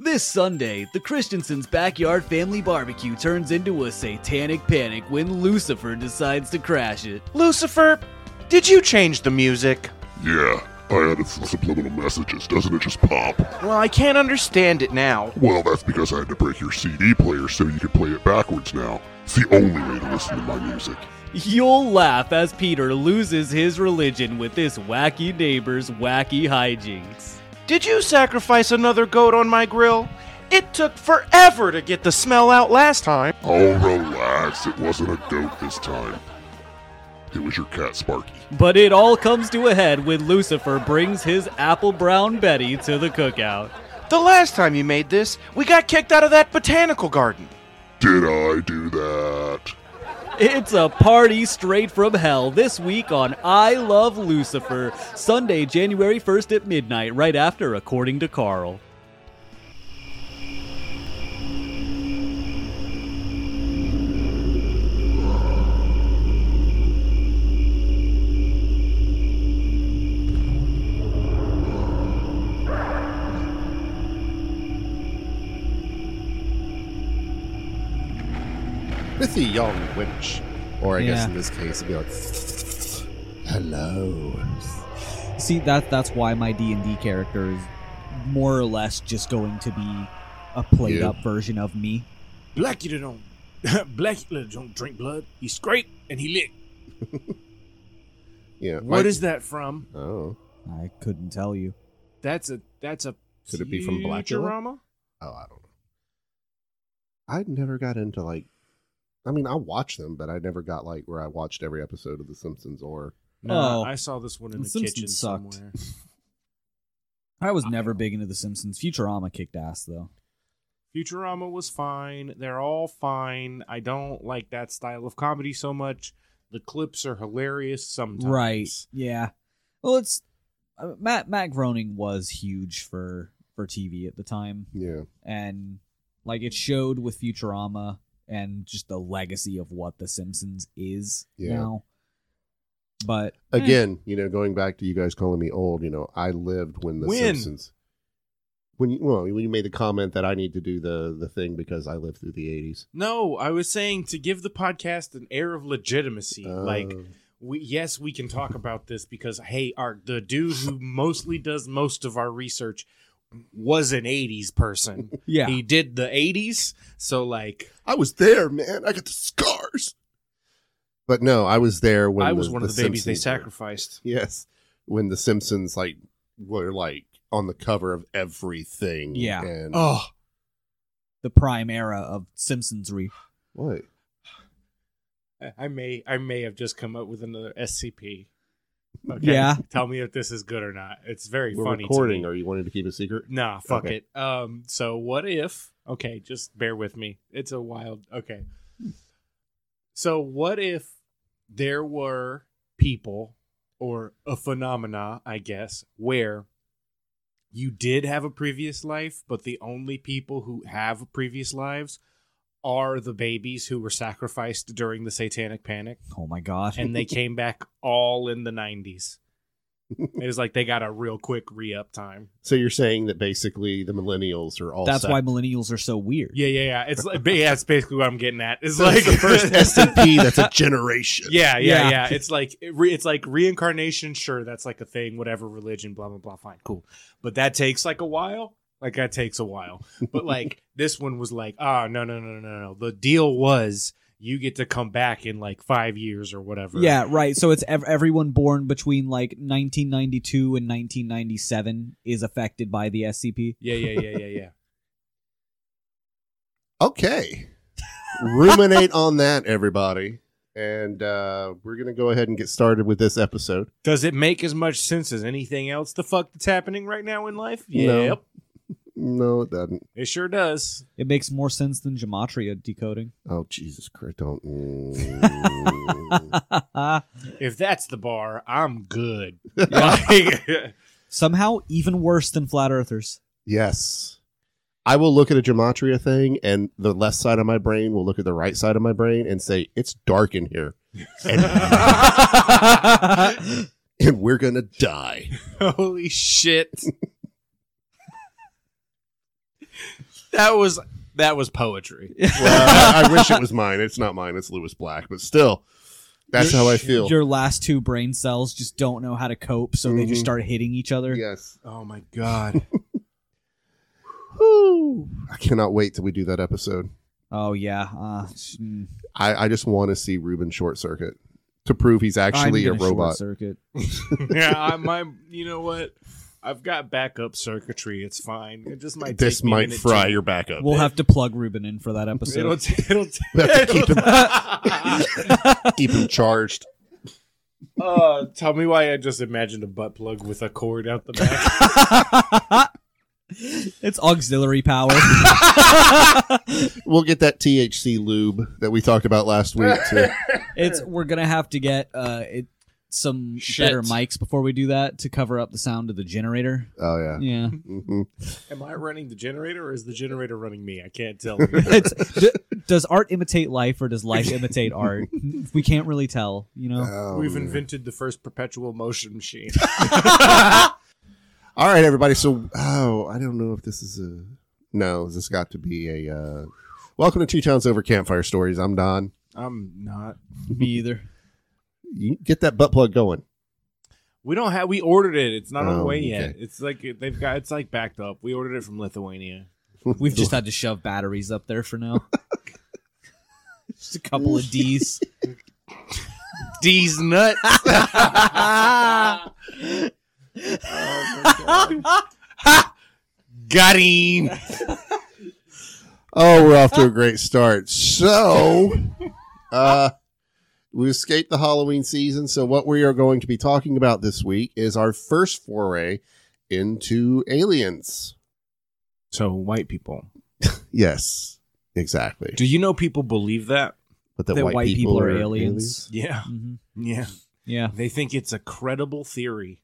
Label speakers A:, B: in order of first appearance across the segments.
A: This Sunday, the Christensen's backyard family barbecue turns into a satanic panic when Lucifer decides to crash it.
B: Lucifer, did you change the music?
C: Yeah, I added some subliminal messages. Doesn't it just pop?
B: Well, I can't understand it now.
C: Well, that's because I had to break your CD player so you could play it backwards now. It's the only way to listen to my music.
A: You'll laugh as Peter loses his religion with this wacky neighbor's wacky hijinks.
B: Did you sacrifice another goat on my grill? It took forever to get the smell out last time.
C: Oh, relax. It wasn't a goat this time. It was your cat, Sparky.
A: But it all comes to a head when Lucifer brings his apple brown Betty to the cookout.
B: The last time you made this, we got kicked out of that botanical garden.
C: Did I do that?
A: It's a party straight from hell this week on I Love Lucifer, Sunday, January 1st at midnight, right after According to Carl.
D: with a young wench. Or I guess
E: Yeah.
D: in this case, it'd be like, hello.
E: See that that's why my D and D character is more or less just going to be a played
D: Yeah.
E: up version of me.
F: Blackula don't Blackula don't drink blood. He scraped and he licked.
D: Yeah.
F: What is that from?
D: Oh.
E: I couldn't tell you.
F: That's a that's a
D: Could it be from Blackula?
F: Futurama?
D: Oh, I don't know. I never got into like. I mean, I watched them, but I never got like where I watched every episode of The Simpsons or.
F: No,
E: Oh.
F: I saw this one in
E: The
F: the,
E: Simpsons
F: kitchen
E: sucked.
F: somewhere.
E: I was never big into The Simpsons. Futurama kicked ass though.
F: Futurama was fine. They're all fine. I don't like that style of comedy so much. The clips are hilarious sometimes.
E: Right? Yeah. Well, it's uh, Matt Matt Groening was huge for for TV at the time,
F: Hmm.
D: Yeah.
E: and like it showed with Futurama and just the legacy of what The Simpsons is
D: Yeah.
E: now. But eh,
D: Again, you know, going back to you guys calling me old, you know, I lived when The
F: When?
D: Simpsons. When you, well, when you made the comment that I need to do the the thing because I lived through the eighties.
F: No, I was saying to give the podcast an air of legitimacy. like
E: Oh.
D: Oh.
F: we yes, we can talk about this because hey, our the dude who mostly does most of our research was an 80s person.
E: yeah,
F: He did the 80s, so like
D: I was there, man. I got the scars. But no, I was there when
F: I was one of the, babies they
D: Simpsons were-
F: sacrificed.
D: Yes, when the Simpsons like were like on the cover of everything.
E: Yeah.
D: And
F: Oh,
E: the prime era of Simpsonsry.
D: what?
F: I- I may I may have just come up with another SCP.
E: Yeah.
F: Tell me if this is good or not. It's very
D: We're
F: funny.
D: recording.
F: To me.
D: Are you wanting to keep a secret?
F: Nah, fuck
D: Okay.
F: it. Um so what if okay, just bear with me. It's a wild okay. So what if there were people or a phenomena, I guess, where you did have a previous life, but the only people who have previous lives are the babies who were sacrificed during the satanic panic
E: Oh my god.
F: and they came back all in the 90s. It was like they got a real quick re up time.
D: So you're saying that basically the millennials are all
E: That's
D: set.
E: why millennials are so weird.
F: Yeah, yeah, yeah. It's like, but yeah, it's basically what I'm getting at. It's
D: That's
F: like
D: the first SCP that's a generation.
F: Yeah, yeah,
E: Yeah.
F: yeah. It's like it re, it's like reincarnation. Sure, that's like a thing. Whatever religion, blah blah blah. Fine, cool. But that takes like a while. Like that takes a while. But like this one was like, ah, no, no, no, no, no, no. The deal was you get to come back in like five years or whatever.
E: Yeah, right. So it's ev- everyone born between like 1992 and 1997 is affected by the SCP.
F: yeah, yeah, yeah, yeah, yeah.
D: Okay. Ruminate on that, everybody. And uh, we're going to go ahead and get started with this episode.
F: Does it make as much sense as anything else the fuck that's happening right now in life?
D: No.
F: Yep.
D: No, it doesn't.
F: It sure does.
E: It makes more sense than gematria decoding.
D: Oh, Jesus Christ. Don't. Mm.
F: If that's the bar, I'm good. Like,
E: Somehow even worse than flat earthers.
D: yes. I will look at a gematria thing, and the left side of my brain will look at the right side of my brain and say, It's dark in here, and we're going to die.
F: holy shit. That was that was poetry.
D: Well, I, I wish it was mine. It's not mine. It's Lewis Black, but still, that's how I feel.
E: Your last two brain cells just don't know how to cope, so they just
D: Mhm.
E: start hitting each other.
D: Yes.
F: Oh my god.
D: Whew. I cannot wait till we do that episode.
E: Oh yeah. Uh, mm.
D: I, I just want to see Ruben short circuit to prove he's actually a
E: I'm gonna short
D: robot.
E: circuit.
F: yeah, I, my you know what? I've got backup circuitry. It's fine. It just might
D: This
F: take me a
D: might
F: minute
D: fry
F: to-
D: your back up.
E: We'll have to plug Ruben in for that
F: It'll
E: episode.
F: t- it'll t-
D: We have to keep
F: it'll-
D: Keep him charged.
F: Uh, tell me why I just imagined a butt plug with a cord out the back.
E: it's auxiliary power.
D: We'll get that THC lube that we talked about last week. To,
E: it's we're gonna have to get uh it, some
F: Shit.
E: better mics before we do that to cover up the sound of the generator.
D: oh yeah.
E: Yeah,
D: hmm
F: Am I running the generator or is the generator running me? I can't tell.
E: it's, d- does art imitate life or does life imitate art? We can't really tell. You know.
F: We've invented the first perpetual motion machine.
D: All right, everybody. So, oh, I don't know if this is a. No, this has got to be a. Uh, welcome to Two Towns Over Campfire Stories. I'm Don.
F: I'm not.
E: Me either.
D: You get that butt plug going.
F: We don't have. We ordered it. It's not on the
D: Oh,
F: way
D: okay.
F: yet. It's like they've got. It's like backed up. We ordered it from Lithuania.
E: We've just had to shove batteries up there for now. just a couple of D's.
F: D's nuts. oh my God. Got him.
D: Oh, we're off to a great start. So, uh, we escaped the Halloween season. So, what we are going to be talking about this week is our first foray into aliens.
F: So white people.
D: Yes, exactly.
F: Do you know people believe that?
D: But
E: That white, people, are aliens.
F: Yeah.
E: hmm
F: Yeah.
E: Yeah.
F: They think it's a credible theory.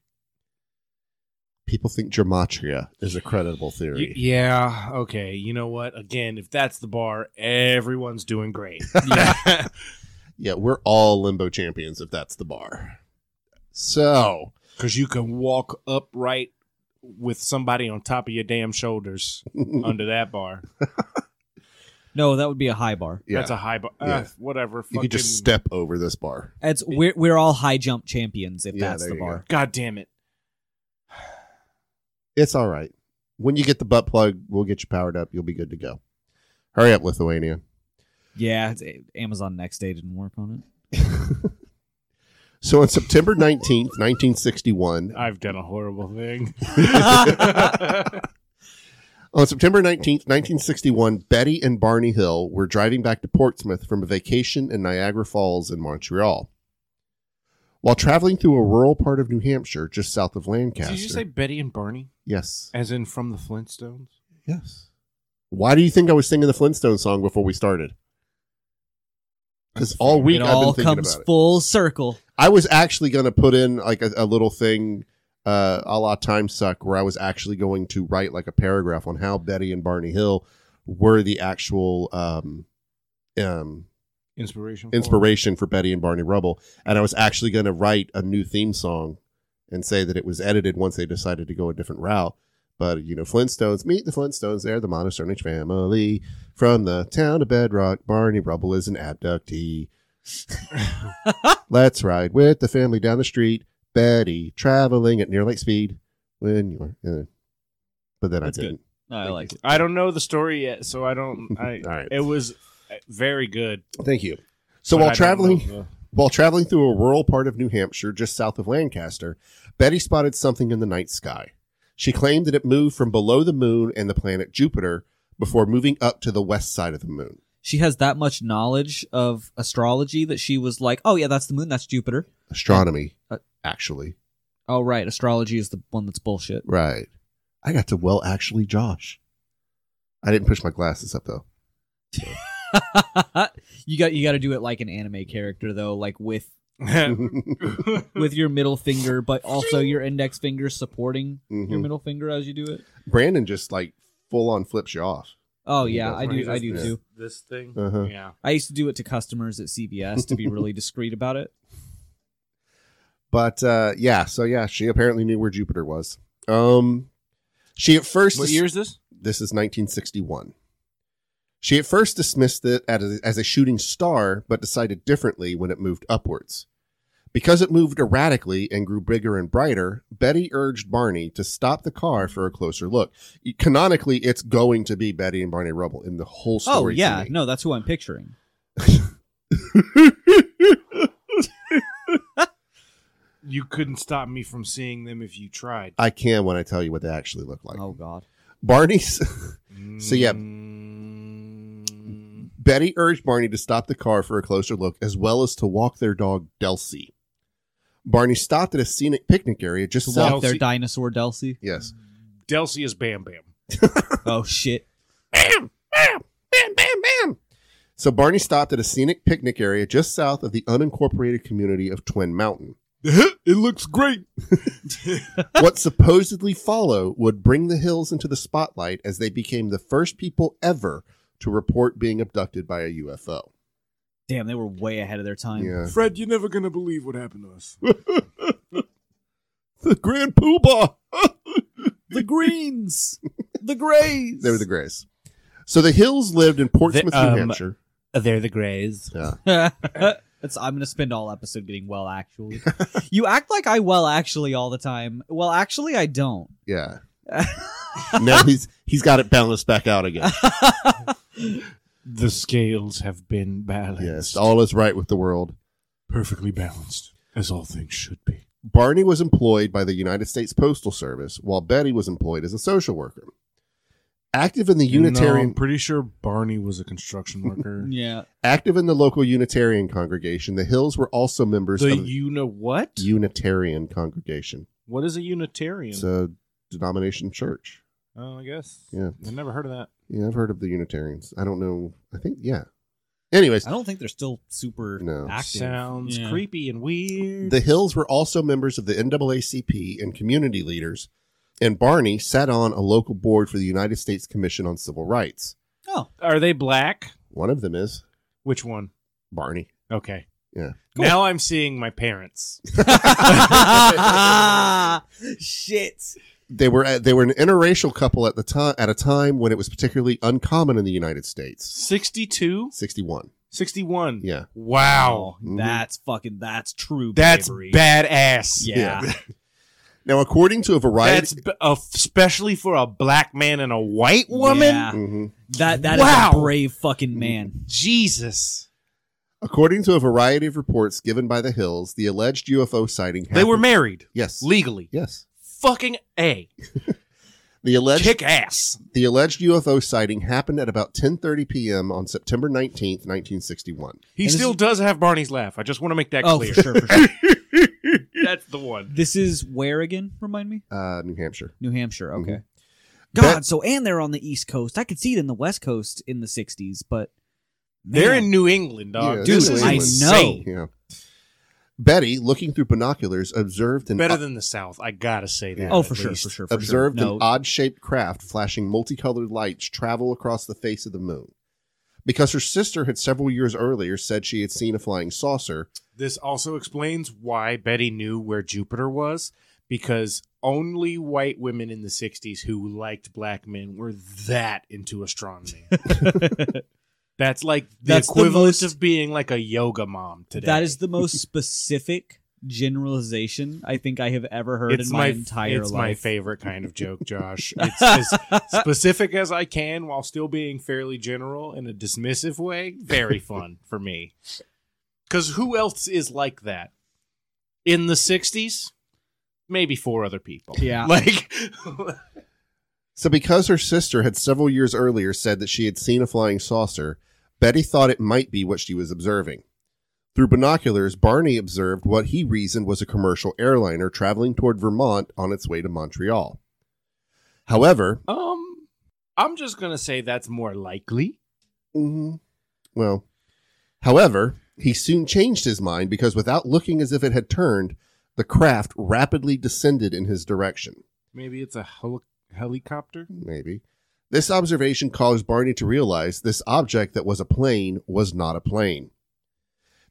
D: People think gematria is a credible theory.
F: yeah. Okay. You know what? Again, if that's the bar, everyone's doing great.
D: Yeah, we're all limbo champions if that's the bar. So,
F: Because you can walk upright with somebody on top of your damn shoulders
D: Mm-hmm.
E: Uh,
F: under that bar.
E: No, that would be a high bar.
D: yeah,
F: That's a high bar. Uh,
D: Yeah.
F: Whatever. Fucking,
D: you could just step over this bar.
E: It's we're we're all high jump champions if
D: Yeah,
E: that's
D: there
E: the
D: you go.
E: bar.
F: God damn it.
D: It's all right. When you get the butt plug, we'll get you powered up. You'll be good to go. Hurry up, Lithuania.
E: Yeah, it's, Amazon Next Day didn't work on it.
D: So on September 19th, 1961,
F: I've done a horrible thing.
D: on September 19th, 1961, Betty and Barney Hill were driving back to Portsmouth from a vacation in Niagara Falls in Montreal. While traveling through a rural part of New Hampshire, just south of Lancaster.
F: Did you say Betty and Barney?
D: yes?
F: As in from the Flintstones?
D: Yes. Why do you think I was singing the Flintstone song before we started? Because all week
E: it
D: I've been
E: all
D: thinking
E: comes
D: about it.
E: full circle.
D: I was actually going to put in like a, a little thing, uh, a la time suck, where I was actually going to write like a paragraph on how Betty and Barney Hill were the actual um, um,
F: Inspiration. for it?
D: inspiration for Betty and Barney Rubble, and I was actually going to write a new theme song and say that it was edited once they decided to go a different route. But you know, Flintstones meet the Flintstones. They're the Monsternich family from the town of Bedrock. Barney Rubble is an abductee. Let's ride with the family down the street. Betty traveling at near light speed when you're. Uh, but then
E: That's
D: I
E: good.
D: didn't.
E: I like it.
F: I don't know the story yet, so I don't. I,
D: All right.
F: It was uh, very good.
D: Thank you. So
F: but
D: while
F: I don't
D: traveling,
F: know the-
D: While traveling through a rural part of New Hampshire just south of Lancaster, Betty spotted something in the night sky. She claimed that it moved from below the moon and the planet Jupiter before moving up to the west side of the moon.
E: She has that much knowledge of astrology that she was like, "Oh yeah, that's the moon. That's Jupiter."
D: Astronomy,
E: Uh,
D: actually.
E: Oh right, astrology is the one that's bullshit.
D: Right. I got to well, actually, Josh. I didn't push my glasses up though.
E: you got you got to do it like an anime character though, like with with your middle finger, but also your index finger supporting your
D: Mhm.
E: middle finger as you do it.
D: Brandon just like full on flips you off.
E: Oh
D: Yeah,
E: yeah, I
D: that's
E: do. I
D: right.
E: do
D: Yeah.
E: too.
F: This thing.
D: Uh-huh.
F: Yeah.
E: I used to do it to customers at CVS to be really discreet about it.
D: But uh, yeah, so yeah, she apparently knew where Jupiter was. Um, she at first
F: What year is this?
D: This is 1961. She at first dismissed it as a, as a shooting star, but decided differently when it moved upwards. Because it moved erratically and grew bigger and brighter, Betty urged Barney to stop the car for a closer look. E, Canonically, it's going to be Betty and Barney Rubble in the whole story.
E: Oh
D: to
E: yeah,
D: me.
E: no, that's who I'm picturing.
F: You couldn't stop me from seeing them if you tried.
D: I can when I tell you what they actually look like.
E: Oh god.
D: Barney's So, yeah.
F: Mm.
D: Betty urged Barney to stop the car for a closer look, as well as to walk their dog Delcy. Barney stopped at a scenic picnic area just
E: To
D: south.
E: walk their
F: Delcy.
E: dinosaur Delcy.
D: Yes,
F: Delcy is Bam Bam.
E: Oh shit.
D: bam, bam, bam, bam, bam. So Barney stopped at a scenic picnic area just south of the unincorporated community of Twin Mountain.
F: it looks great.
D: what supposedly follow would bring the Hills into the spotlight as they became the first people ever to report being abducted by a UFO.
E: Damn, they were way ahead of their time.
D: Yeah.
F: Fred, you're never gonna believe what happened to us.
D: The Grand Poobah!
E: The greens. the grays.
D: they were the Grays. So the Hills lived in Portsmouth,
F: um,
D: New Hampshire.
F: They're the Greys.
E: That's, I'm gonna spend all episode getting well actually. you act like I well actually all the time. Well, actually, I don't.
D: Yeah. now he's he's got it balanced back out again.
F: The scales have been balanced.
D: Yes, all is right with the world.
F: perfectly balanced, as all things should be.
D: Barney was employed by the United States Postal Service, while Betty was employed as a social worker. Active in the Unitarian
F: No, I'm uh, pretty sure Barney was a construction worker.
E: yeah.
D: Active in the local Unitarian congregation, the Hills were also members
F: the
D: of the
F: you know what?
D: Unitarian congregation.
F: what is a Unitarian?
D: It's a denomination church.
F: oh, I guess.
D: Yeah.
F: I never heard of that.
D: Yeah, I've heard of the Unitarians. I don't know. I think, yeah. Anyways,
E: I don't think they're still super
D: No.
E: active.
F: Sounds
E: Yeah.
F: creepy and weird.
D: the Hills were also members of the NAACP and community leaders, and Barney sat on a local board for the United States Commission on Civil Rights.
E: Oh,
F: Are they black?
D: One of them is
F: Which one?
D: Barney.
F: Okay.
D: Yeah.
F: Now I'm seeing my parents.
E: Shit.
D: They were they were an interracial couple at the time at a time when it was particularly uncommon in the United States.
F: 62?
D: 61.
F: 61.
D: Yeah.
F: Wow.
D: Mhm.
E: Oh, That's fucking that's true.
F: That's
E: bravery.
F: badass.
E: Yeah.
D: Now, according to a variety
F: That's b- a- especially for a black man and a white woman.
E: Yeah.
D: Mhm.
E: That that is
F: Wow.
E: a brave fucking man.
F: Jesus.
D: According to a variety of reports given by the Hills, the alleged UFO sighting happened.
F: They were married
D: yes,
F: legally.
D: yes.
F: Fucking A.
D: The alleged
F: Kick ass.
D: the alleged UFO sighting happened at about 10:30 p.m. on September 19th, 1961.
F: He
E: And this
F: still
E: is-
F: does have Barney's laugh. I just want to make that
D: Mm-hmm.
E: Oh,
F: clear.
E: for sure, for sure.
F: That's the one.
E: this is where again? Remind me.
D: Uh, New Hampshire.
E: New Hampshire. Okay.
D: Mhm.
F: Mm-hmm.
E: God,
D: Bet-
E: so and they're on the East Coast. I could see it in the West Coast in the '60s, but
F: They're
E: man,
F: in New England, dog.
D: Yeah,
E: Dude,
F: this is
E: I
F: insane.
E: know.
D: Yeah. Betty, looking through binoculars, observed an
F: Better than the South. I gotta say that.
E: Oh,
F: at
E: for sure,
F: least.
E: for sure, for sure.
D: observed
E: No,
D: an odd-shaped craft flashing multicolored lights travel across the face of the moon. Because her sister had several years earlier said she had seen a flying saucer,
F: This also explains why Betty knew where Jupiter was, because only white women in the '60s who liked black men were that into astronomy. That's like the
E: That's the
F: equivalent
E: most-
F: of being like a yoga mom today.
E: that is the most specific generalization I think I have ever heard in my, entire
F: it's my
E: life.
F: favorite kind of joke, Josh. It's as specific as I can while still being fairly general in a dismissive way. Very fun for me. Because who else is like that? In the 60s? Maybe four other people.
E: Yeah.
F: Like,
D: So, because her sister had several years earlier said that she had seen a flying saucer, Betty thought it might be what she was observing. Through binoculars, Barney observed what he reasoned was a commercial airliner traveling toward Vermont on its way to Montreal. However,
F: um, I'm just going to say that's more likely.
D: mhm, well, however, he soon changed his mind because without looking as if it had turned, the craft rapidly descended in his direction.
F: Maybe it's a heli- helicopter.
D: Maybe. This observation caused Barney to realize this object that was a plane was not a plane.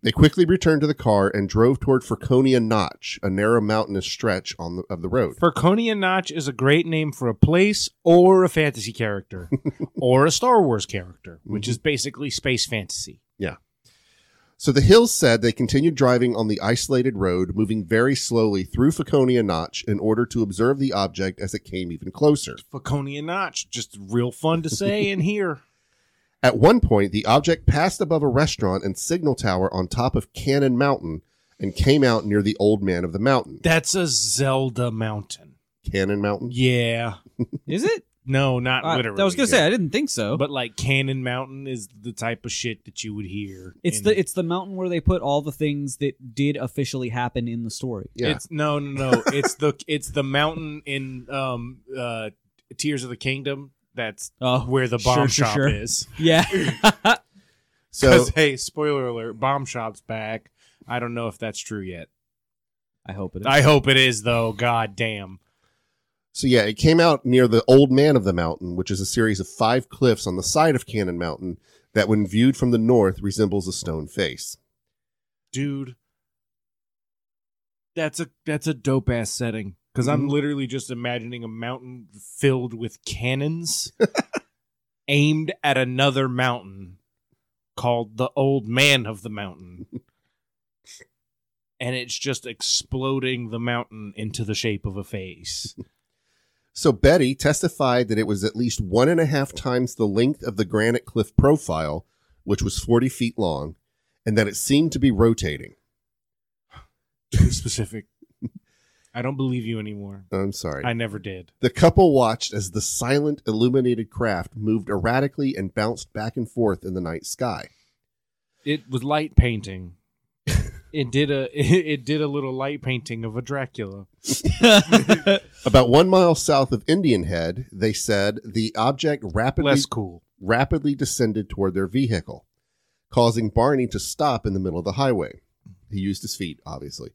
D: They quickly returned to the car and drove toward Franconia Notch, a narrow mountainous stretch on the, of the road.
F: Furconia Notch is a great name for a place or a fantasy character or a Star Wars character, which is basically space fantasy.
D: So the Hills said they continued driving on the isolated road, moving very slowly through Faconia Notch in order to observe the object as it came even closer.
F: Furconia Notch, just real fun to say and hear.
D: At one point, the object passed above a restaurant and signal tower on top of Cannon Mountain and came out near the Old Man of the Mountain.
F: That's a Zelda mountain.
D: Cannon Mountain?
F: Yeah.
E: Is it?
F: No, not
E: I, I
F: literally.
E: was gonna say I didn't think so.
F: But like Cannon Mountain is the type of shit that you would hear.
E: it's
F: in-
E: the it's the mountain where they put all the things that did officially happen in the story.
D: Yeah.
F: It's no, no, no. it's the it's the mountain in um uh Tears of the Kingdom. That's
E: Oh,
F: where the
E: sure,
F: bomb
E: sure,
F: shop
E: sure.
F: is.
E: yeah.
D: so
F: Because hey, spoiler alert, bomb shop's back. I don't know if that's true yet.
E: I hope it is.
F: I hope it is though. God damn.
D: So yeah, it came out near the Old Man of the Mountain, which is a series of five cliffs on the side of Cannon Mountain that, when viewed from the north, resembles a stone face.
F: Dude. That's a that's a dope ass setting. because I'm literally just imagining a mountain filled with cannons aimed at another mountain called the Old Man of the Mountain. and it's just exploding the mountain into the shape of a face.
D: So Betty testified that it was at least one and a half times the length of the granite cliff profile, which was 40 feet long, and that it seemed to be rotating.
F: Too specific. I don't believe you anymore.
D: I'm sorry.
F: I never did.
D: The couple watched as the silent, illuminated craft moved erratically and bounced back and forth in the night sky.
F: It was light painting. It did a it did a little light painting of a Dracula.
D: About one mile south of Indian Head, they said the object rapidly
F: Less cool.
D: rapidly descended toward their vehicle, causing Barney to stop in the middle of the highway. He used his feet, obviously.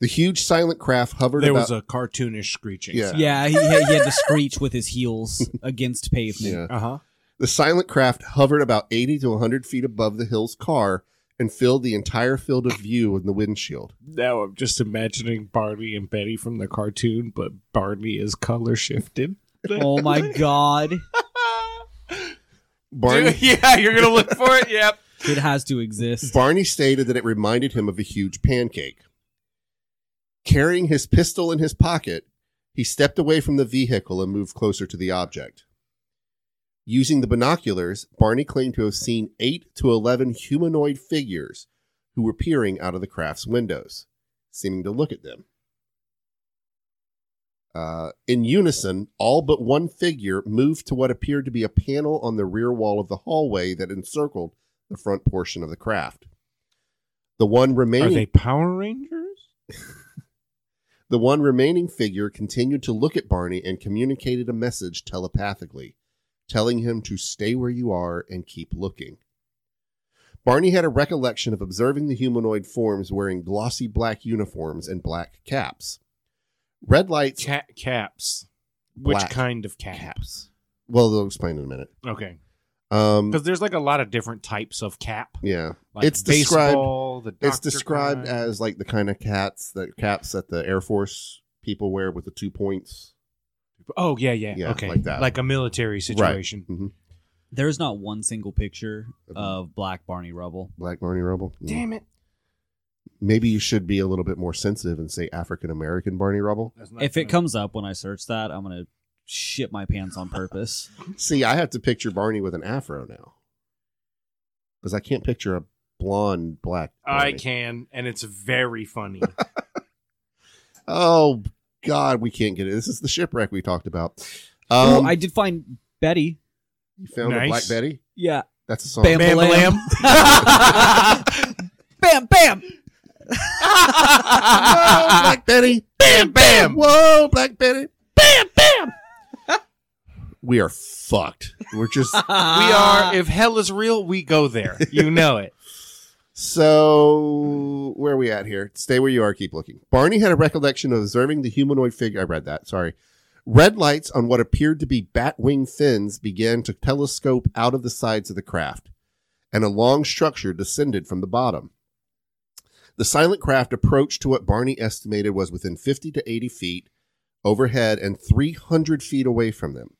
D: The huge silent craft hovered
F: There
D: about.
F: was a cartoonish screeching.
D: Yeah.
E: yeah, he, had- he had to screech with his heels against pavement.
D: yeah.
F: Uh huh.
D: The silent craft hovered about 80 to 100 feet above the hill's car and filled the entire field of view in the windshield.
F: Now I'm just imagining Barney and Betty from the cartoon, but Barney is color shifted.
E: Oh my god,
D: Barney,
F: yeah, you're gonna look for it. Yep.
E: it has to exist.
D: Barney stated that it reminded him of a huge pancake. Carrying his pistol in his pocket, he stepped away from the vehicle and moved closer to the object. Using the binoculars, Barney claimed to have seen 8 to 11 humanoid figures who were peering out of the craft's windows, seeming to look at them. Uh, in unison, all but one figure moved to what appeared to be a panel on the rear wall of the hallway that encircled the front portion of the craft. The one
F: Are
D: remaining
F: they Power Rangers?
D: the one remaining figure continued to look at Barney and communicated a message telepathically, telling him to stay where you are and keep looking. Barney had a recollection of observing the humanoid forms wearing glossy black uniforms and black caps. Red lights
F: Cat caps. Which
D: Black
F: kind of cap?
D: Well, they'll explain in a minute.
F: Okay.
D: Um
F: Because there's like a lot of different types of cap.
D: yeah.
F: Like
D: It's described-
F: baseball, the
D: It's
F: doctor
D: described
F: kind.
D: as like the kind of cats that caps that the Air Force people wear with the two points.
F: Oh yeah, yeah,
D: Yeah,
F: okay,
D: like that.
F: like a military situation.
D: hmm
E: There's not one single picture of Black Barney Rubble.
D: Black Barney Rubble. Yeah.
F: Damn it!
D: maybe you should be a little bit more sensitive and say African American Barney Rubble.
F: That's
E: If it comes up when I search that, I'm gonna shit my pants on purpose.
D: See, I have to picture Barney with an afro now because I can't picture a blonde black.
F: I
D: Barney.
F: can, and it's very funny.
D: Oh God, we can't get it. This is the shipwreck we talked about.
E: Oh,
D: Um,
E: I did find Betty.
D: you found a
F: Nice.
D: Black Betty.
E: Yeah,
D: That's a song.
E: bam,
F: Bam,
E: bam, bam, bam.
D: Whoa, Black Betty. Bam, bam. Whoa, Black Betty. Bam, bam. we are fucked. We're just
F: We
E: Ah.
F: are. If hell is real, we go there. You know it.
D: So where are we at here? Stay where you are, keep looking. Barney had a recollection of observing the humanoid figure. I read that, sorry. Red lights on what appeared to be bat wing fins began to telescope out of the sides of the craft, and a long structure descended from the bottom. The silent craft approached to what Barney estimated was within 50 to 80 feet overhead and 300 feet away from them.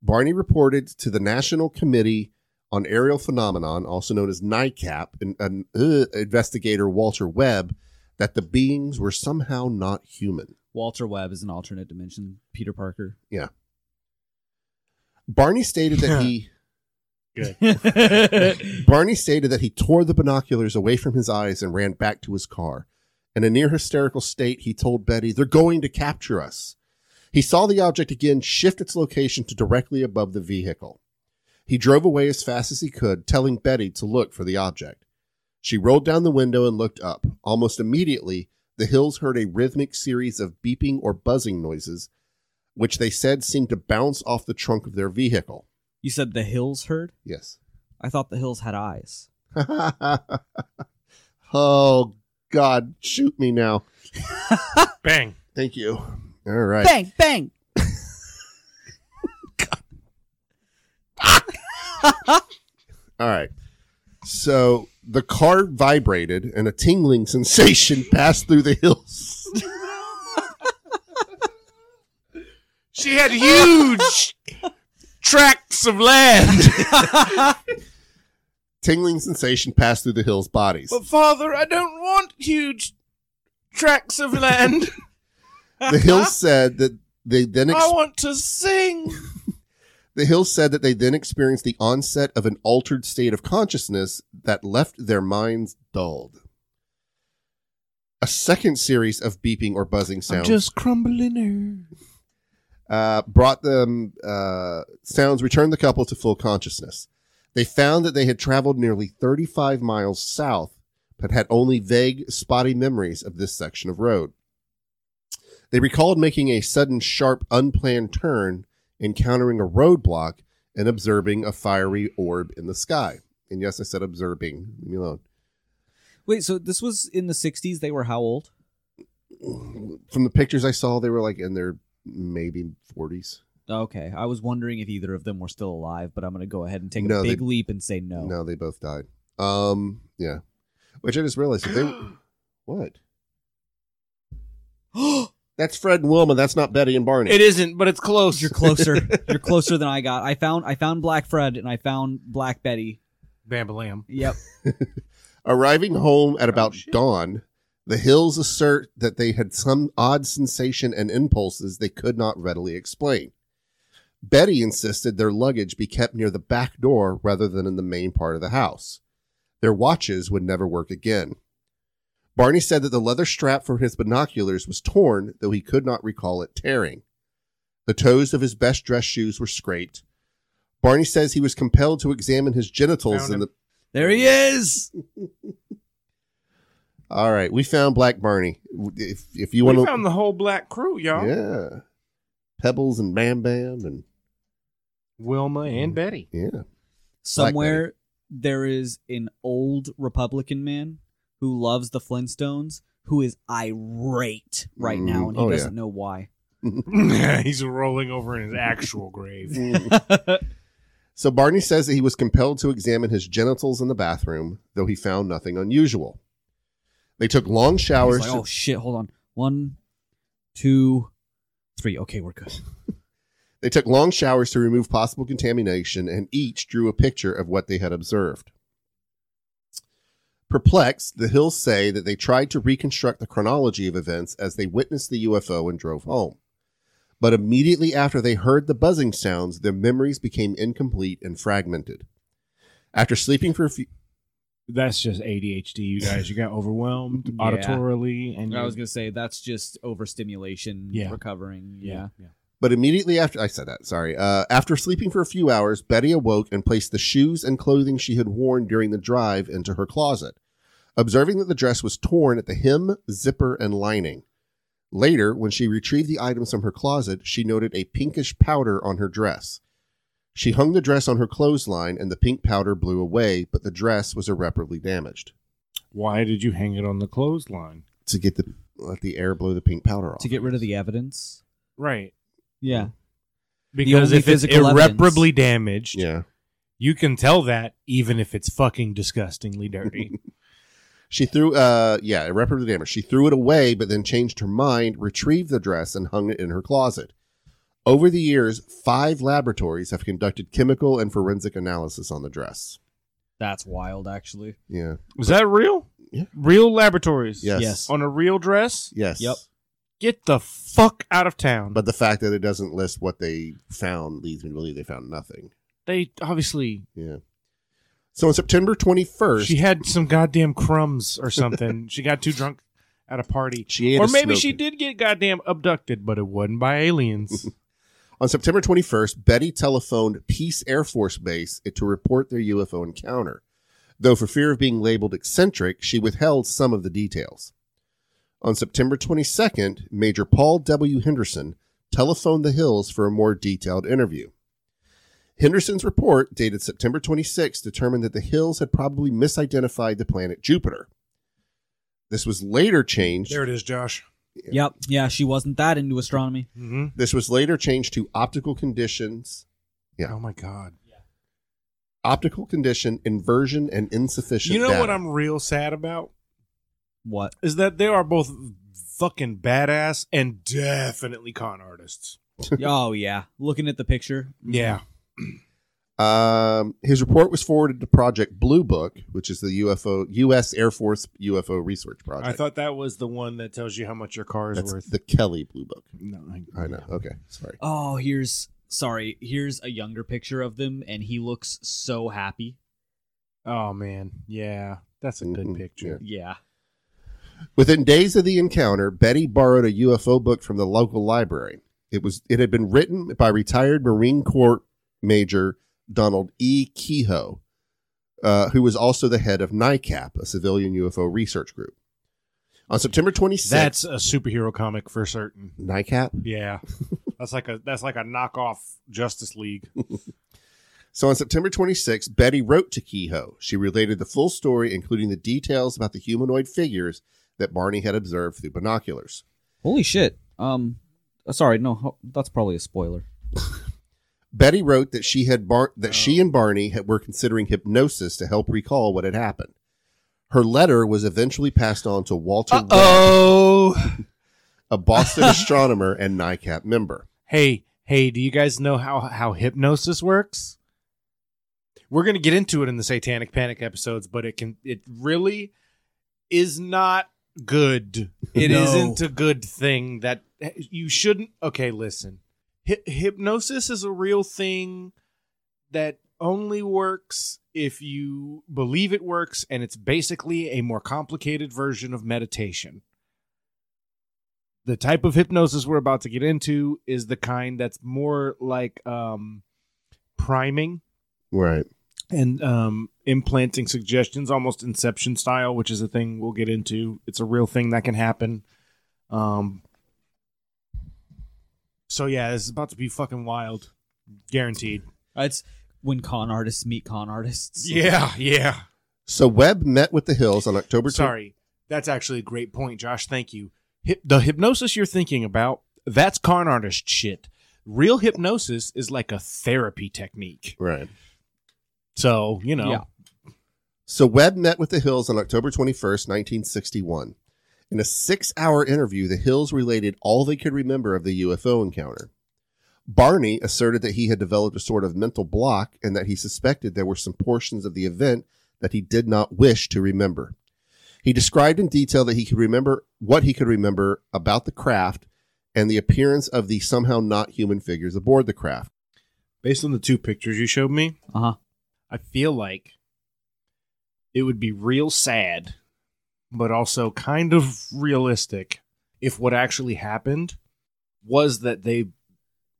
D: Barney reported to the National Committee on Aerial Phenomenon, also known as NICAP, and, and, uh, investigator Walter Webb, that the beings were somehow not human.
E: Walter Webb is an alternate dimension. Peter Parker.
D: Barney stated that he Barney stated that he tore the binoculars away from his eyes and ran back to his car. In a near hysterical state, he told Betty, They're going to capture us. He saw the object again shift its location to directly above the vehicle. He drove away as fast as he could, telling Betty to look for the object. She rolled down the window and looked up. Almost immediately, the hills heard a rhythmic series of beeping or buzzing noises, which they said seemed to bounce off the trunk of their vehicle.
E: You said the hills heard.
D: Yes.
E: I thought the hills had eyes.
D: oh God, shoot me now.
F: Bang.
D: Thank you. All right.
E: Bang bang.
D: All right. So the car vibrated and a tingling sensation passed through the hills.
F: She had huge tracts of land.
D: Tingling sensation passed through the hills' bodies.
B: But father, I don't want huge tracts of land.
D: The hills said that they then ex-
E: Oh,
B: I want to sing.
D: the hills said that they then experienced the onset of an altered state of consciousness that left their minds dulled. A second series of beeping or buzzing sounds
B: crumbling here.
D: uh, brought them uh, sounds returned the couple to full consciousness. They found that they had traveled nearly 35 miles south, but had only vague, spotty memories of this section of road. They recalled making a sudden, sharp, unplanned turn, encountering a roadblock, and observing a fiery orb in the sky. And yes, I said observing. Leave me alone.
E: Wait, so this was in the '60s. They were how old?
D: From the pictures I saw, they were like in their maybe 40s.
E: Okay, I was wondering if either of them were still alive, but I'm gonna go ahead and take
D: No,
E: a
D: they-
E: big leap and say no.
D: No, they both died. Um, yeah. Which I just realized if they what? that's Fred and Wilma. That's not Betty and Barney.
B: It isn't, but it's close.
E: You're closer. You're closer than I got. I found I found Black Fred and I found Black Betty.
F: Bambalam.
E: Yep.
D: Arriving home
F: Oh,
D: at about dawn, the Hills assert that they had some odd sensation and impulses they could not readily explain. Betty insisted their luggage be kept near the back door rather than in the main part of the house. Their watches would never work again. Barney said that the leather strap for his binoculars was torn, though he could not recall it tearing. The toes of his best dress shoes were scraped. Barney says he was compelled to examine his genitals in
F: Found him.
D: the
E: There he is.
D: All right, we found Black Barney. If if you
F: We
D: want to,
F: found the whole black crew, y'all.
D: yeah, Pebbles and Bam Bam and
F: Wilma and Betty.
D: yeah,
E: Somewhere there is an old Republican man who loves the Flintstones who is irate right now and he
D: Mhm. Oh, yeah.
E: doesn't know why.
F: He's rolling over in his actual grave.
D: So Barney says that he was compelled to examine his genitals in the bathroom, though he found nothing unusual. They took long
E: He's
D: showers.
E: like, oh shit, hold on. One, two, three. Okay, we're good.
D: They took long showers to remove possible contamination, and each drew a picture of what they had observed. Perplexed, the Hills say that they tried to reconstruct the chronology of events as they witnessed the UFO and drove home. But immediately after they heard the buzzing sounds, their memories became incomplete and fragmented. After sleeping for a few,
F: That's just ADHD, you guys. You got overwhelmed
E: Yeah.
F: auditorily, and
E: I was gonna say that's just overstimulation,
F: Yeah.
E: recovering.
F: yeah,
E: Yeah.
F: yeah.
D: But immediately after, I said that, sorry. Uh, after sleeping for a few hours, Betty awoke and placed the shoes and clothing she had worn during the drive into her closet, observing that the dress was torn at the hem, zipper, and lining. Later, when she retrieved the items from her closet, she noted a pinkish powder on her dress. She hung the dress on her clothesline and the pink powder blew away, but the dress was irreparably damaged.
F: Why did you hang it on the clothesline?
D: To get the let the air blow the pink powder off.
E: To get rid of the evidence.
F: Right,
E: Yeah.
F: because
E: only
F: if it's
E: physical
F: irreparably damaged,
D: yeah.
F: you can tell that even if it's fucking disgustingly dirty.
D: She threw, uh, yeah, irreparable damage. She threw it away, but then changed her mind, retrieved the dress, and hung it in her closet. Over the years, five laboratories have conducted chemical and forensic analysis on the dress.
E: That's wild, actually.
D: Yeah.
B: Was that real?
D: Yeah.
B: Real laboratories.
D: Yes.
E: Yes.
B: On a real dress?
D: Yes.
E: Yep.
B: Get the fuck out of town.
D: But the fact that it doesn't list what they found leads me to believe they found nothing.
B: they obviously
D: Yeah. So on September 21st,
B: she had some goddamn crumbs or something. she got too drunk at a party.
D: She ate
B: or
D: a
B: maybe
D: smoke.
B: she did get goddamn abducted, but it wasn't by aliens.
D: On September 21st, Betty telephoned Peace Air Force Base to report their UFO encounter, though for fear of being labeled eccentric, she withheld some of the details. On September 22nd, Major Paul W. Henderson telephoned the Hills for a more detailed interview. Henderson's report, dated September 26, determined that the Hills had probably misidentified the planet Jupiter. This was later changed
F: There it is, Josh.
E: Yep. Yeah, she wasn't that into astronomy.
F: Mm-hmm.
D: This was later changed to optical conditions, Yeah.
B: Oh my god.
D: optical condition, inversion, and insufficient.
F: You know what
D: data.
F: I'm real sad about
E: What?
F: is that they are both fucking badass and definitely con artists.
E: oh yeah. Looking at the picture.
D: Mm-hmm.
F: Yeah.
D: Um, his report was forwarded to Project Blue Book, which is the UFO U.S. Air Force UFO research project.
F: I thought that was the one that tells you how much your car is
D: that's
F: worth.
D: the Kelly Blue Book.
F: no,
D: I know. Okay, sorry.
E: Oh, here's sorry. Here's a younger picture of them, and he looks so happy.
F: Oh man, yeah, that's a good
D: Mhm,
F: picture.
E: Yeah.
D: Within days of the encounter, Betty borrowed a UFO book from the local library. It was it had been written by retired Marine Corps Major Donald E. Kehoe, uh, who was also the head of NICAP, a civilian UFO research group. On September 26th,
F: That's a superhero comic for certain.
D: NICAP.
F: Yeah, that's like a that's like a knockoff Justice League.
D: So on September 26th, Betty wrote to Kehoe. She related the full story, including the details about the humanoid figures that Barney had observed through binoculars.
E: Holy shit. Um. Sorry. No. That's probably a spoiler.
D: Betty wrote that she had Bar- that she and Barney had, were considering hypnosis to help recall what had happened. Her letter was eventually passed on to Walter Webb,
B: Oh.
D: a Boston astronomer and NICAP member.
B: Hey, hey, do you guys know how how hypnosis works?
F: We're gonna get into it in the Satanic Panic episodes, but it can it really is not good. It
E: No.
F: not a good thing that you shouldn't. Okay, listen, Hy- hypnosis is a real thing that only works if you believe it works, and it's basically a more complicated version of meditation. the type of hypnosis we're about to get into is the kind that's more like um, priming
D: Right.
F: and um, implanting suggestions, almost inception style, which is a thing we'll get into. It's a real thing that can happen. Um, so yeah, it's about to be fucking wild, guaranteed.
E: Uh, It's when con artists meet con artists.
F: Yeah, yeah.
D: So Webb met with the Hills on October. tw-
F: Sorry, that's actually a great point, Josh. Thank you. Hyp- the hypnosis you're thinking about, that's con artist shit. Real hypnosis is like a therapy technique.
D: right.
F: So, you know,
E: Yeah.
D: So Webb met with the Hills on October 21st, 1961. In a six hour interview, the Hills related all they could remember of the UFO encounter. Barney asserted that he had developed a sort of mental block and that he suspected there were some portions of the event that he did not wish to remember. He described in detail that he could remember what he could remember about the craft and the appearance of the somehow not human figures aboard the craft.
F: based on the two pictures you showed me,
E: Uh huh.
F: I feel like it would be real sad, but also kind of realistic if what actually happened was that they,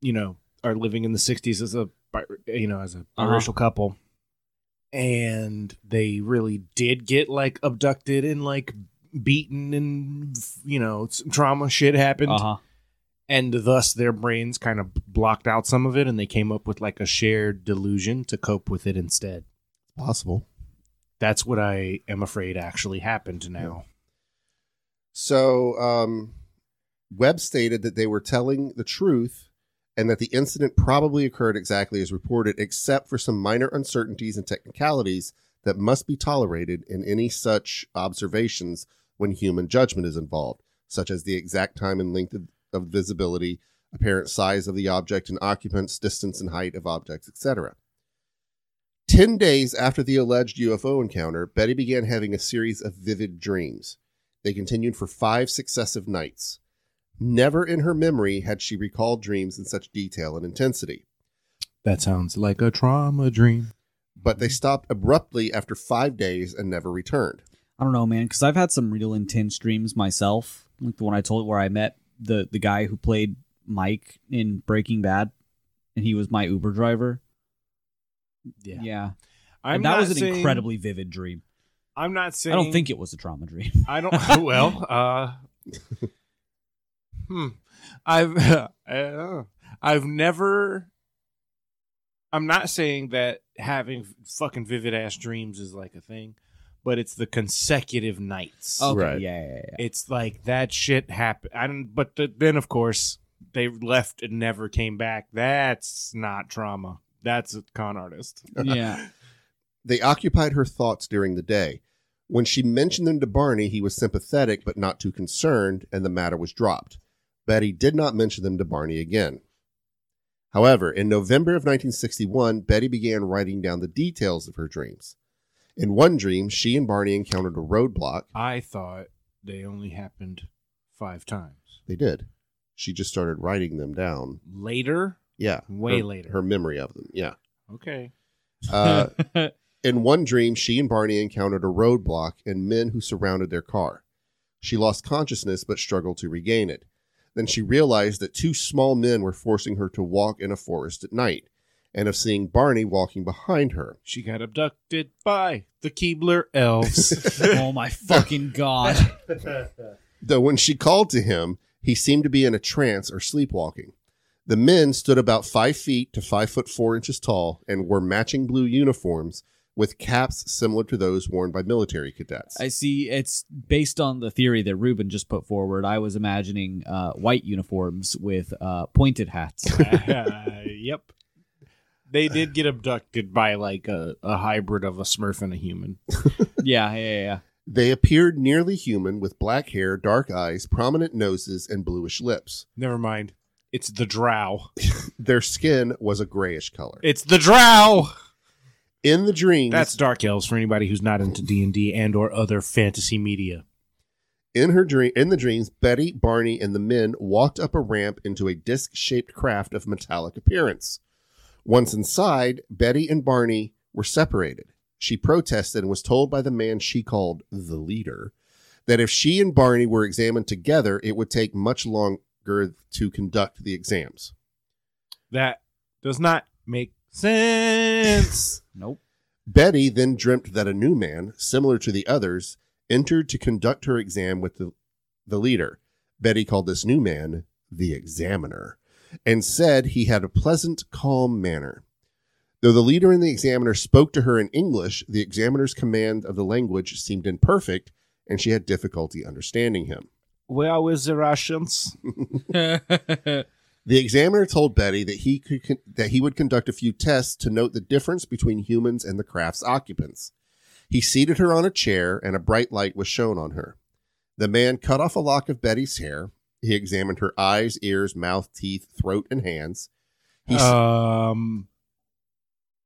F: you know, are living in the 60s as a, bi- you know, as a
E: Uh-huh.
F: biracial couple. And they really did get like abducted and like beaten and, you know, some trauma shit happened
E: Uh huh.
F: and thus their brains kind of blocked out some of it and they came up with like a shared delusion to cope with it instead
D: Possible.
F: that's what i am afraid actually happened now
D: So um, Webb stated that they were telling the truth and that the incident probably occurred exactly as reported, except for some minor uncertainties and technicalities that must be tolerated in any such observations when human judgment is involved, such as the exact time and length of, of visibility, apparent size of the object and occupants, distance and height of objects, etc. Ten days after the alleged UFO encounter, Betty began having a series of vivid dreams. They continued for five successive nights. Never in her memory had she recalled dreams in such detail and intensity,
F: That sounds like a trauma dream.
D: but they stopped abruptly after five days and never returned.
E: I don't know, man, because I've had some real intense dreams myself. Like the one I told where I met the the guy who played Mike in Breaking Bad, and he was my Uber driver. Yeah,
F: I'm
E: and that
F: not
E: was an
F: saying-
E: incredibly vivid dream.
F: I'm not saying.
E: I don't think it was a trauma dream.
F: I don't. well, uh, hmm. I've I don't know. I've never. I'm not saying that having fucking vivid ass dreams is like a thing, but it's the consecutive nights.
E: Okay,
D: Right.
E: yeah, yeah, yeah, yeah.
F: It's like that shit happened. I don't, but the, then of course they left and never came back. That's not trauma. That's a con artist.
E: yeah.
D: They occupied her thoughts during the day. When she mentioned them to Barney, he was sympathetic but not too concerned, and the matter was dropped. Betty did not mention them to Barney again. However, in November of 1961, Betty began writing down the details of her dreams. In one dream, she and Barney encountered a roadblock.
F: I thought they only happened five times.
D: They did. She just started writing them down.
F: Later,
D: Yeah.
F: Way
D: her-
F: later.
D: Her memory of them. Yeah.
F: okay.
D: Uh, in one dream, she and Barney encountered a roadblock and men who surrounded their car. She lost consciousness but struggled to regain it. Then she realized that two small men were forcing her to walk in a forest at night and of seeing Barney walking behind her.
F: She got abducted by the Keebler elves.
E: oh my fucking god!
D: Though when she called to him, he seemed to be in a trance or sleepwalking. The men stood about five feet to five foot four inches tall and wore matching blue uniforms with caps similar to those worn by military cadets.
E: I see. It's based on the theory that Ruben just put forward. I was imagining uh, white uniforms with uh, pointed hats.
F: Uh, yep. They did get abducted by like a, a hybrid of a smurf and a human.
E: yeah, yeah, yeah, yeah.
D: They appeared nearly human with black hair, dark eyes, prominent noses, and bluish lips.
F: Never mind. It's the drow.
D: Their skin was a grayish color.
F: It's the drow.
D: In the dreams,
F: That's dark elves for anybody who's not into D and D and or other fantasy media.
D: in her dream, in the dreams, Betty, Barney, and the men walked up a ramp into a disc-shaped craft of metallic appearance. Once inside, Betty and Barney were separated. She protested and was told by the man she called the leader that if she and Barney were examined together, it would take much longer to conduct the exams.
F: That does not make sense.
E: Nope.
D: Betty then dreamt that a new man, similar to the others, entered to conduct her exam with the, the leader. Betty called this new man the examiner and said he had a pleasant, calm manner. Though the leader and the examiner spoke to her in English, the examiner's command of the language seemed imperfect and she had difficulty understanding him.
F: Where was the Russians?
D: The examiner told Betty that he could con- that he would conduct a few tests to note the difference between humans and the craft's occupants. He seated her on a chair and a bright light was shown on her. The man cut off a lock of Betty's hair. He examined her eyes, ears, mouth, teeth, throat, and hands. He s-
F: um,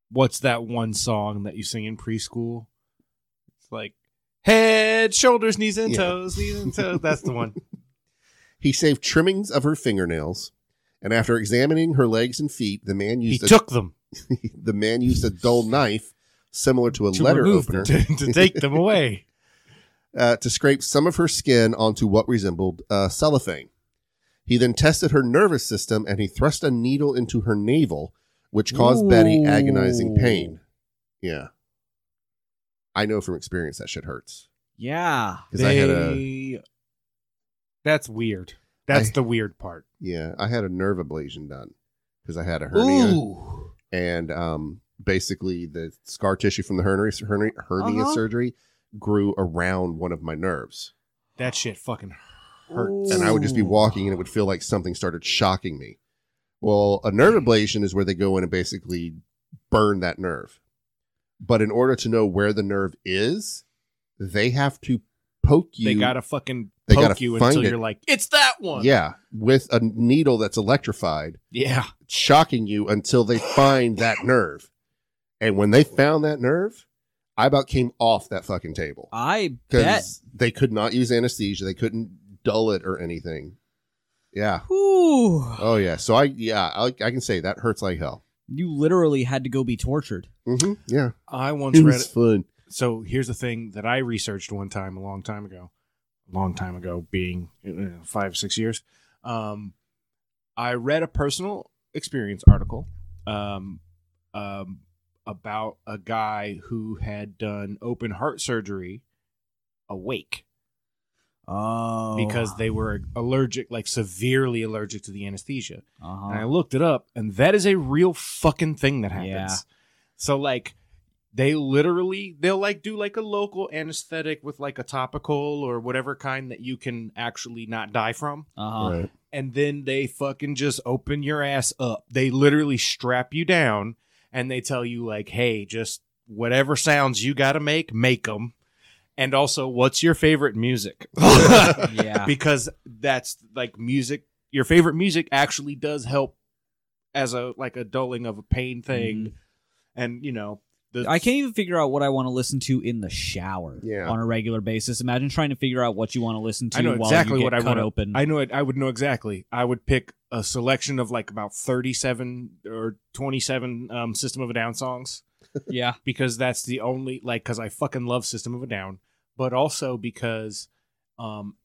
F: what's that one song that you sing in preschool? It's like head, shoulders, knees, and
D: Yeah.
F: toes, knees and toes. That's the one.
D: he saved trimmings of her fingernails, and after examining her legs and feet, the man
F: he
D: used a,
F: took them
D: the man used a dull knife similar to a
E: To
D: letter
E: remove
D: opener.
F: to, to take them away.
D: uh, to scrape some of her skin onto what resembled uh, cellophane. He then tested her nervous system and he thrust a needle into her navel, which caused Betty agonizing pain. Yeah. I know from experience that shit hurts.
E: yeah.
D: Because I had a
F: They- That's weird. That's
D: I-
F: the weird part.
D: yeah, I had a nerve ablation done because I had a hernia and um basically the scar tissue from the hernia hernia, hernia
E: Uh-huh.
D: surgery grew around one of my nerves.
F: That shit fucking hurts.
D: and I would just be walking and it would feel like something started shocking me. Well, a nerve ablation is where they go in and basically burn that nerve. But in order to know where the nerve is, they have to poke you.
F: they gotta fucking
D: they
F: poke
D: gotta
F: you
D: find
F: until
D: it.
F: you're like, it's that one.
D: yeah, with a needle that's electrified,
F: Yeah.
D: shocking you until they find that nerve. And when they found that nerve, I about came off that fucking table
E: I bet.
D: because they could not use anesthesia. They couldn't dull it or anything. Yeah.
E: Ooh,
D: Oh yeah. So I yeah I, I can say that hurts like hell.
E: you literally had to go be tortured.
D: hmm Yeah.
F: I once read it.
D: fun.
F: So here's the thing that I researched one time a long time ago. A long time ago, being uh, five, six years. Um, I read a personal experience article um, um, about a guy who had done open heart surgery awake.
E: Oh,
F: because they were allergic, like severely allergic to the anesthesia.
E: uh-huh.
F: And I looked it up, and that is a real fucking thing that happens.
E: Yeah.
F: So like they literally they'll like do like a local anesthetic with like a topical or whatever kind that you can actually not die from
E: uh-huh.
D: right.
F: and then they fucking just open your ass up. They literally strap you down and they tell you like, "Hey, just whatever sounds you got to make, make them." And also, what's your favorite music?
E: yeah.
F: because that's like music your favorite music actually does help as a like a dulling of a pain thing and you know the
E: Mm-hmm. I can't even figure out what I want to listen to in the shower
D: Yeah.
E: on a regular basis. Imagine trying to figure out what you want to listen to
F: I know
E: while
F: exactly
E: you get
F: what I
E: cut
F: wanna-
E: open.
F: I know it I would know exactly I would pick a selection of like about 37 or 27 um system of a down songs
E: yeah.
F: because that's the only like because I fucking love System of a Down, but also because um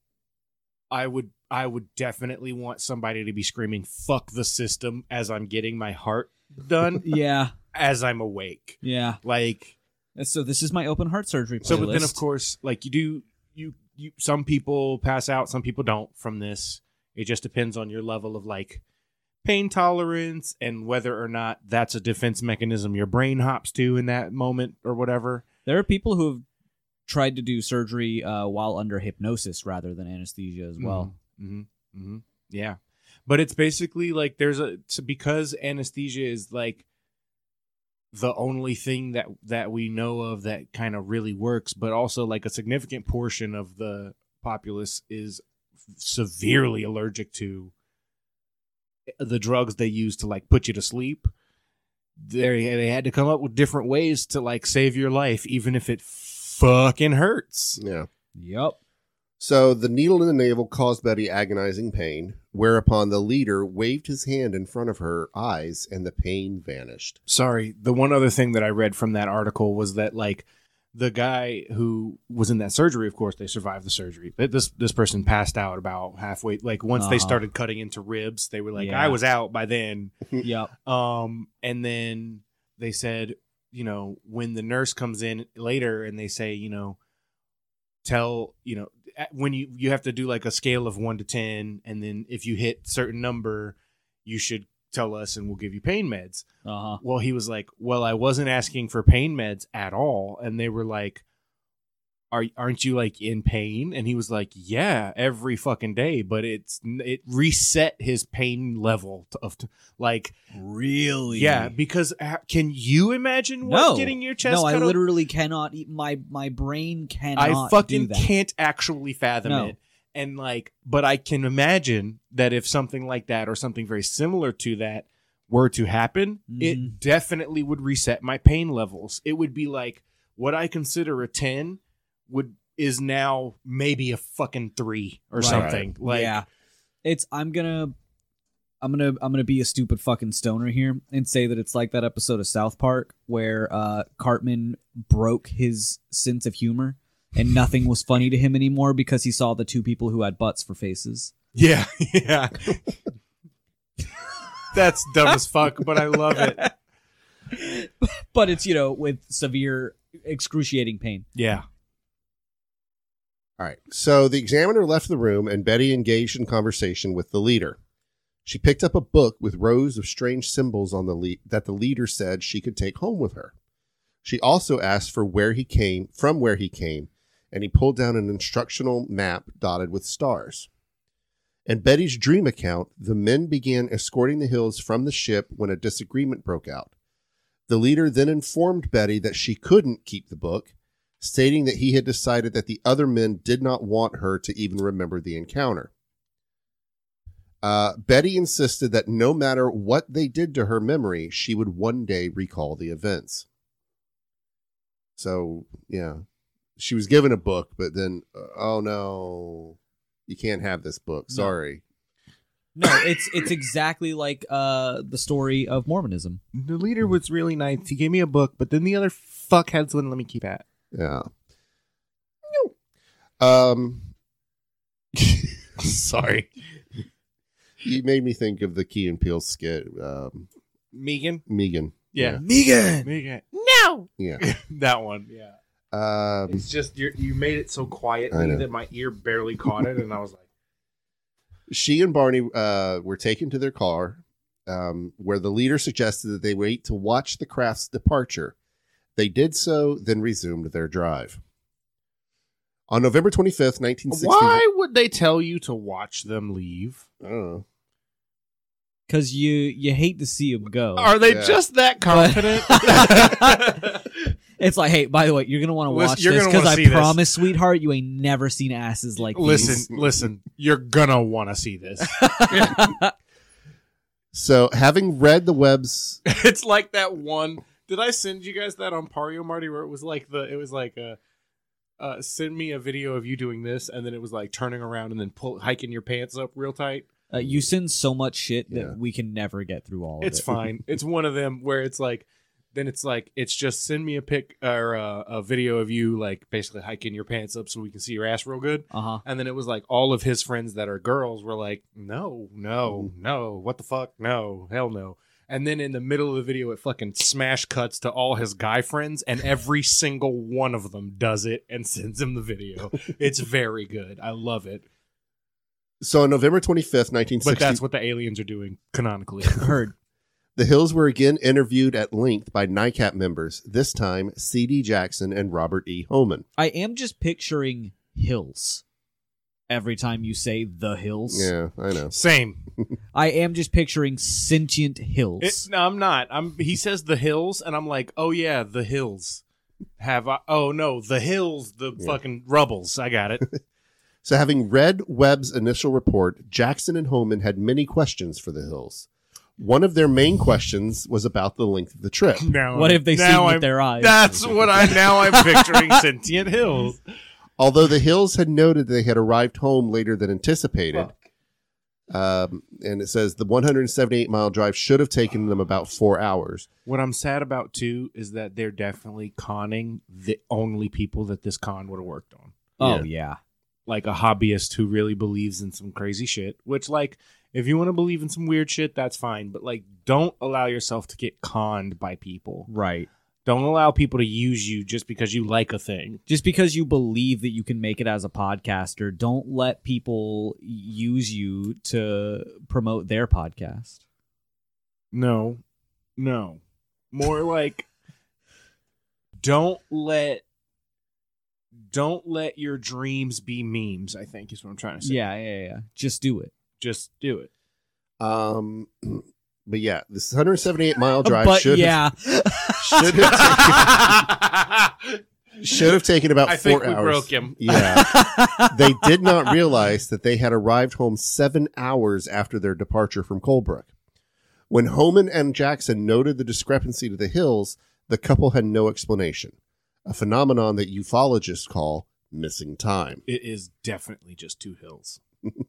F: I would I would definitely want somebody to be screaming fuck the system as I'm getting my heart done
E: Yeah.
F: as I'm awake.
E: Yeah.
F: Like
E: And so this is my open heart surgery playlist.
F: so but then of course like you do you you some people pass out, some people don't from this. It just depends on your level of like pain tolerance and whether or not that's a defense mechanism your brain hops to in that moment or whatever.
E: there are people who have tried to do surgery uh, while under hypnosis rather than anesthesia as well.
F: hmm hmm Yeah, but it's basically like there's a so because anesthesia is like the only thing that that we know of that kind of really works, but also like a significant portion of the populace is severely allergic to the drugs they use to like put you to sleep. They they had to come up with different ways to like save your life, even if it fucking hurts.
D: Yeah.
F: Hmm.
E: Yep.
D: So the needle in the navel caused Betty agonizing pain, whereupon the leader waved his hand in front of her eyes and the pain vanished.
F: sorry the one other thing that i read from that article was that like the guy who was in that surgery of course they survived the surgery but this this person passed out about halfway like once they
E: Uh-huh.
F: started cutting into ribs they were like
E: Yeah.
F: i was out by then
E: Yep.
F: um and then they said you know when the nurse comes in later and they say you know tell you know at- when you you have to do like a scale of 1 to 10 and then if you hit certain number you should tell us and we'll give you pain meds
E: Uh huh.
F: well, he was like, "Well, I wasn't asking for pain meds at all," and they were like, "Are aren't you like in pain?" And he was like, "Yeah, every fucking day." But it's it reset his pain level to- of like
E: Really?
F: yeah because uh, can you imagine what
E: No.
F: getting your chest
E: No, I
F: cut open-
E: literally cannot. eat- My my brain cannot.
F: I
E: do
F: fucking
E: that.
F: can't actually fathom
E: No.
F: it. And like, but I can imagine that if something like that or something very similar to that were to happen,
E: Mhm.
F: it definitely would reset my pain levels. It would be like what I consider a 10 would is now maybe a fucking 3 or
E: Right.
F: something. Like
E: yeah. It's I'm gonna I'm gonna I'm gonna be a stupid fucking stoner here and say that it's like that episode of South Park where uh Cartman broke his sense of humor and nothing was funny to him anymore because he saw the two people who had butts for faces.
F: yeah, yeah. That's dumb as fuck, but I love it.
E: But it's, you know, with severe excruciating pain.
F: Yeah.
D: All right. So the examiner left the room and Betty engaged in conversation with the leader. She picked up a book with rows of strange symbols on the le- that the leader said she could take home with her. She also asked for where he came from where he came and he pulled down an instructional map dotted with stars. In Betty's dream account, the men began escorting the hills from the ship when a disagreement broke out. The leader then informed Betty that she couldn't keep the book, stating that he had decided that the other men did not want her to even remember the encounter. Uh, Betty insisted that no matter what they did to her memory, she would one day recall the events. So, yeah, she was given a book, but then, uh, oh no, you can't have this book.
E: No.
D: Sorry.
E: No, it's it's exactly like uh the story of Mormonism.
F: The leader was really nice. He gave me a book, but then the other fuckheads wouldn't let me keep it.
D: Yeah. Um,
B: Sorry.
D: you made me think of the Key and Peele skit, um,
F: Megan?
D: Megan.
F: Yeah.
B: Megan.
F: Megan.
D: Yeah.
F: That one. Yeah.
D: Um,
F: It's just you you made it so
D: I
F: quietly
D: know.
F: that my ear barely caught it, and I was like,
D: she and Barney uh, were taken to their car, um, where the leader suggested that they wait to watch the craft's departure. They did so, then resumed their drive. On November 25th, 1960.
F: "Why would they tell you to watch them leave?
D: I don't know.
E: Cause you you hate to see him go.
F: Are they
D: Yeah.
F: just that confident?"
E: It's like, hey, by the way, you're gonna want to
F: Listen,
E: watch
F: you're
E: this
F: gonna wanna
E: because I
F: see this.
E: promise, sweetheart, you ain't never seen asses like these.
F: listen, listen. You're gonna want to see this.
D: So, having read the web's
F: it's like that one. Did I send you guys that on Pario Marty where it was like the it was like uh uh, send me a video of you doing this, and then it was like turning around and then pull hiking your pants up real tight.
E: Uh, you send so much shit that
D: Yeah.
E: we can never get through all of
F: It's
E: it.
F: fine. it's one of them where it's like, then it's like it's just send me a pic or uh, a video of you like basically hiking your pants up so we can see your ass real good.
E: Uh huh.
F: And then it was like all of his friends that are girls were like, no, no, no, what the fuck, no, hell no. And then in the middle of the video, it fucking smash cuts to all his guy friends, and every single one of them does it and sends him the video. it's very good. I love it.
D: So on November 25th, 1960,
F: But that's what the aliens are doing canonically.
E: Heard.
D: the Hills were again interviewed at length by NICAP members, this time C.D. Jackson and Robert E. Homan.
E: I am just picturing hills every time you say the hills.
D: Yeah, I know.
F: Same.
E: I am just picturing sentient hills.
F: It- no, I'm not. I'm. He says the hills, and I'm like, oh yeah, the hills. Have I? Oh no, the hills, the
D: Yeah.
F: fucking rubbles. I got it.
D: So, having read Webb's initial report, Jackson and Homan had many questions for the Hills. One of their main questions was about the length of the trip.
F: now,
E: what have they seen
F: now
E: with
F: I'm-
E: their eyes?
F: That's what I now I'm picturing sentient hills.
D: Although the Hills had noted they had arrived home later than anticipated, um, and it says the 178 mile drive should have taken them about four hours.
F: What I'm sad about too is that they're definitely conning the only people that this con would have worked on.
E: oh
D: Yeah.
E: yeah.
F: Like a hobbyist who really believes in some crazy shit, which like if you want to believe in some weird shit, that's fine, but like don't allow yourself to get conned by people.
E: right.
F: Don't allow people to use you just because you like a thing.
E: Just because you believe that you can make it as a podcaster, don't let people use you to promote their podcast.
F: No. No. More like don't let don't let your dreams be memes, I think is what I'm trying to say.
E: Yeah, yeah, yeah. Just do it.
F: Just do it.
D: Um, but yeah, this 178 mile drive
E: but
D: should,
E: yeah,
D: have, should, have, taken, should have taken about
F: I
D: four
F: think we
D: hours.
F: broke him.
D: Yeah. they did not realize that they had arrived home seven hours after their departure from Colebrook. When Homan and Jackson noted the discrepancy to the hills, the couple had no explanation, a phenomenon that ufologists call missing time.
F: It is definitely just two hills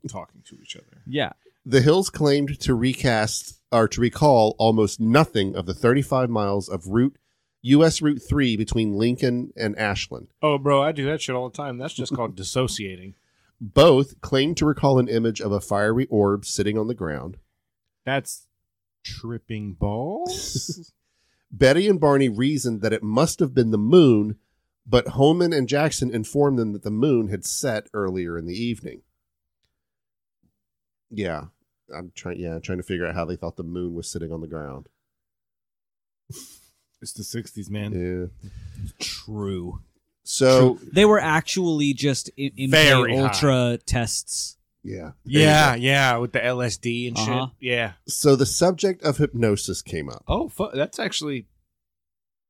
F: talking to each other.
E: yeah.
D: The hills claimed to recast or to recall almost nothing of the 35 miles of route U.S. Route 3 between Lincoln and Ashland.
F: Oh, bro, I do that shit all the time. That's just called dissociating.
D: Both claimed to recall an image of a fiery orb sitting on the ground.
F: That's tripping balls.
D: Betty and Barney reasoned that it must have been the moon, but Homan and Jackson informed them that the moon had set earlier in the evening. Yeah, I'm trying. Yeah, I'm trying to figure out how they thought the moon was sitting on the ground.
F: it's the '60s, man.
D: Yeah.
E: True.
D: So
E: They were actually just in, in
F: Very
E: ultra tests.
D: yeah,
F: Yeah, yeah, with the LSD and
E: Uh-huh.
F: shit. Yeah.
D: So the subject of hypnosis came up.
F: Oh, fu- that's actually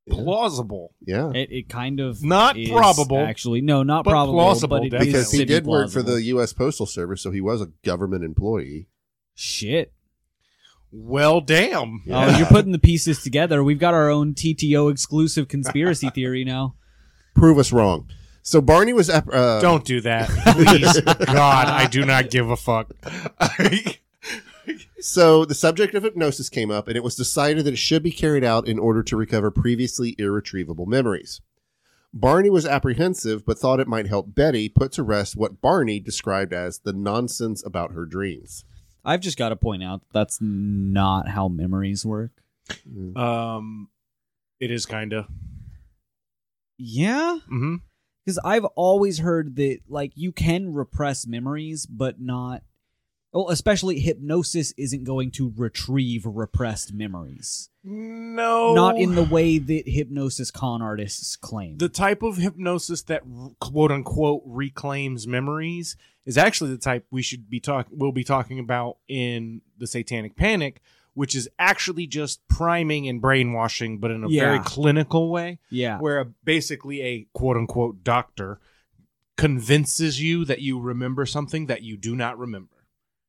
D: Yeah.
F: plausible.
D: yeah.
E: It, it kind of
F: Not
E: is
F: probable.
E: Actually, no, not
F: but
E: probable,
F: plausible,
E: but it
F: definitely.
E: is
D: Because he
E: semi-
D: did work for
E: plausible.
D: the U.S. Postal Service, so he was a government employee.
E: shit.
F: Well, damn.
D: Yeah.
E: Oh, you're putting the pieces together. We've got our own TTO exclusive conspiracy theory now.
D: Prove us wrong. So Barney was ap- uh,
F: Don't do that. Please. God, I do not give a fuck.
D: So the subject of hypnosis came up, and it was decided that it should be carried out in order to recover previously irretrievable memories. Barney was apprehensive, but thought it might help Betty put to rest what Barney described as the nonsense about her dreams.
E: I've just got to point out that's not how memories work.
F: um, it is kind of.
E: Yeah,
F: hmm
E: because I've always heard that like you can repress memories, but not. Well, especially hypnosis isn't going to retrieve repressed memories.
F: No,
E: Not in the way that hypnosis con artists claim.
F: Oh. the type of hypnosis that quote unquote reclaims memories is actually the type we should be talk we'll be talking about in the satanic panic which is actually just priming and brainwashing but in a very
E: Yeah.
F: clinical way
E: yeah,
F: where a, basically a quote unquote doctor convinces you that you remember something that you do not remember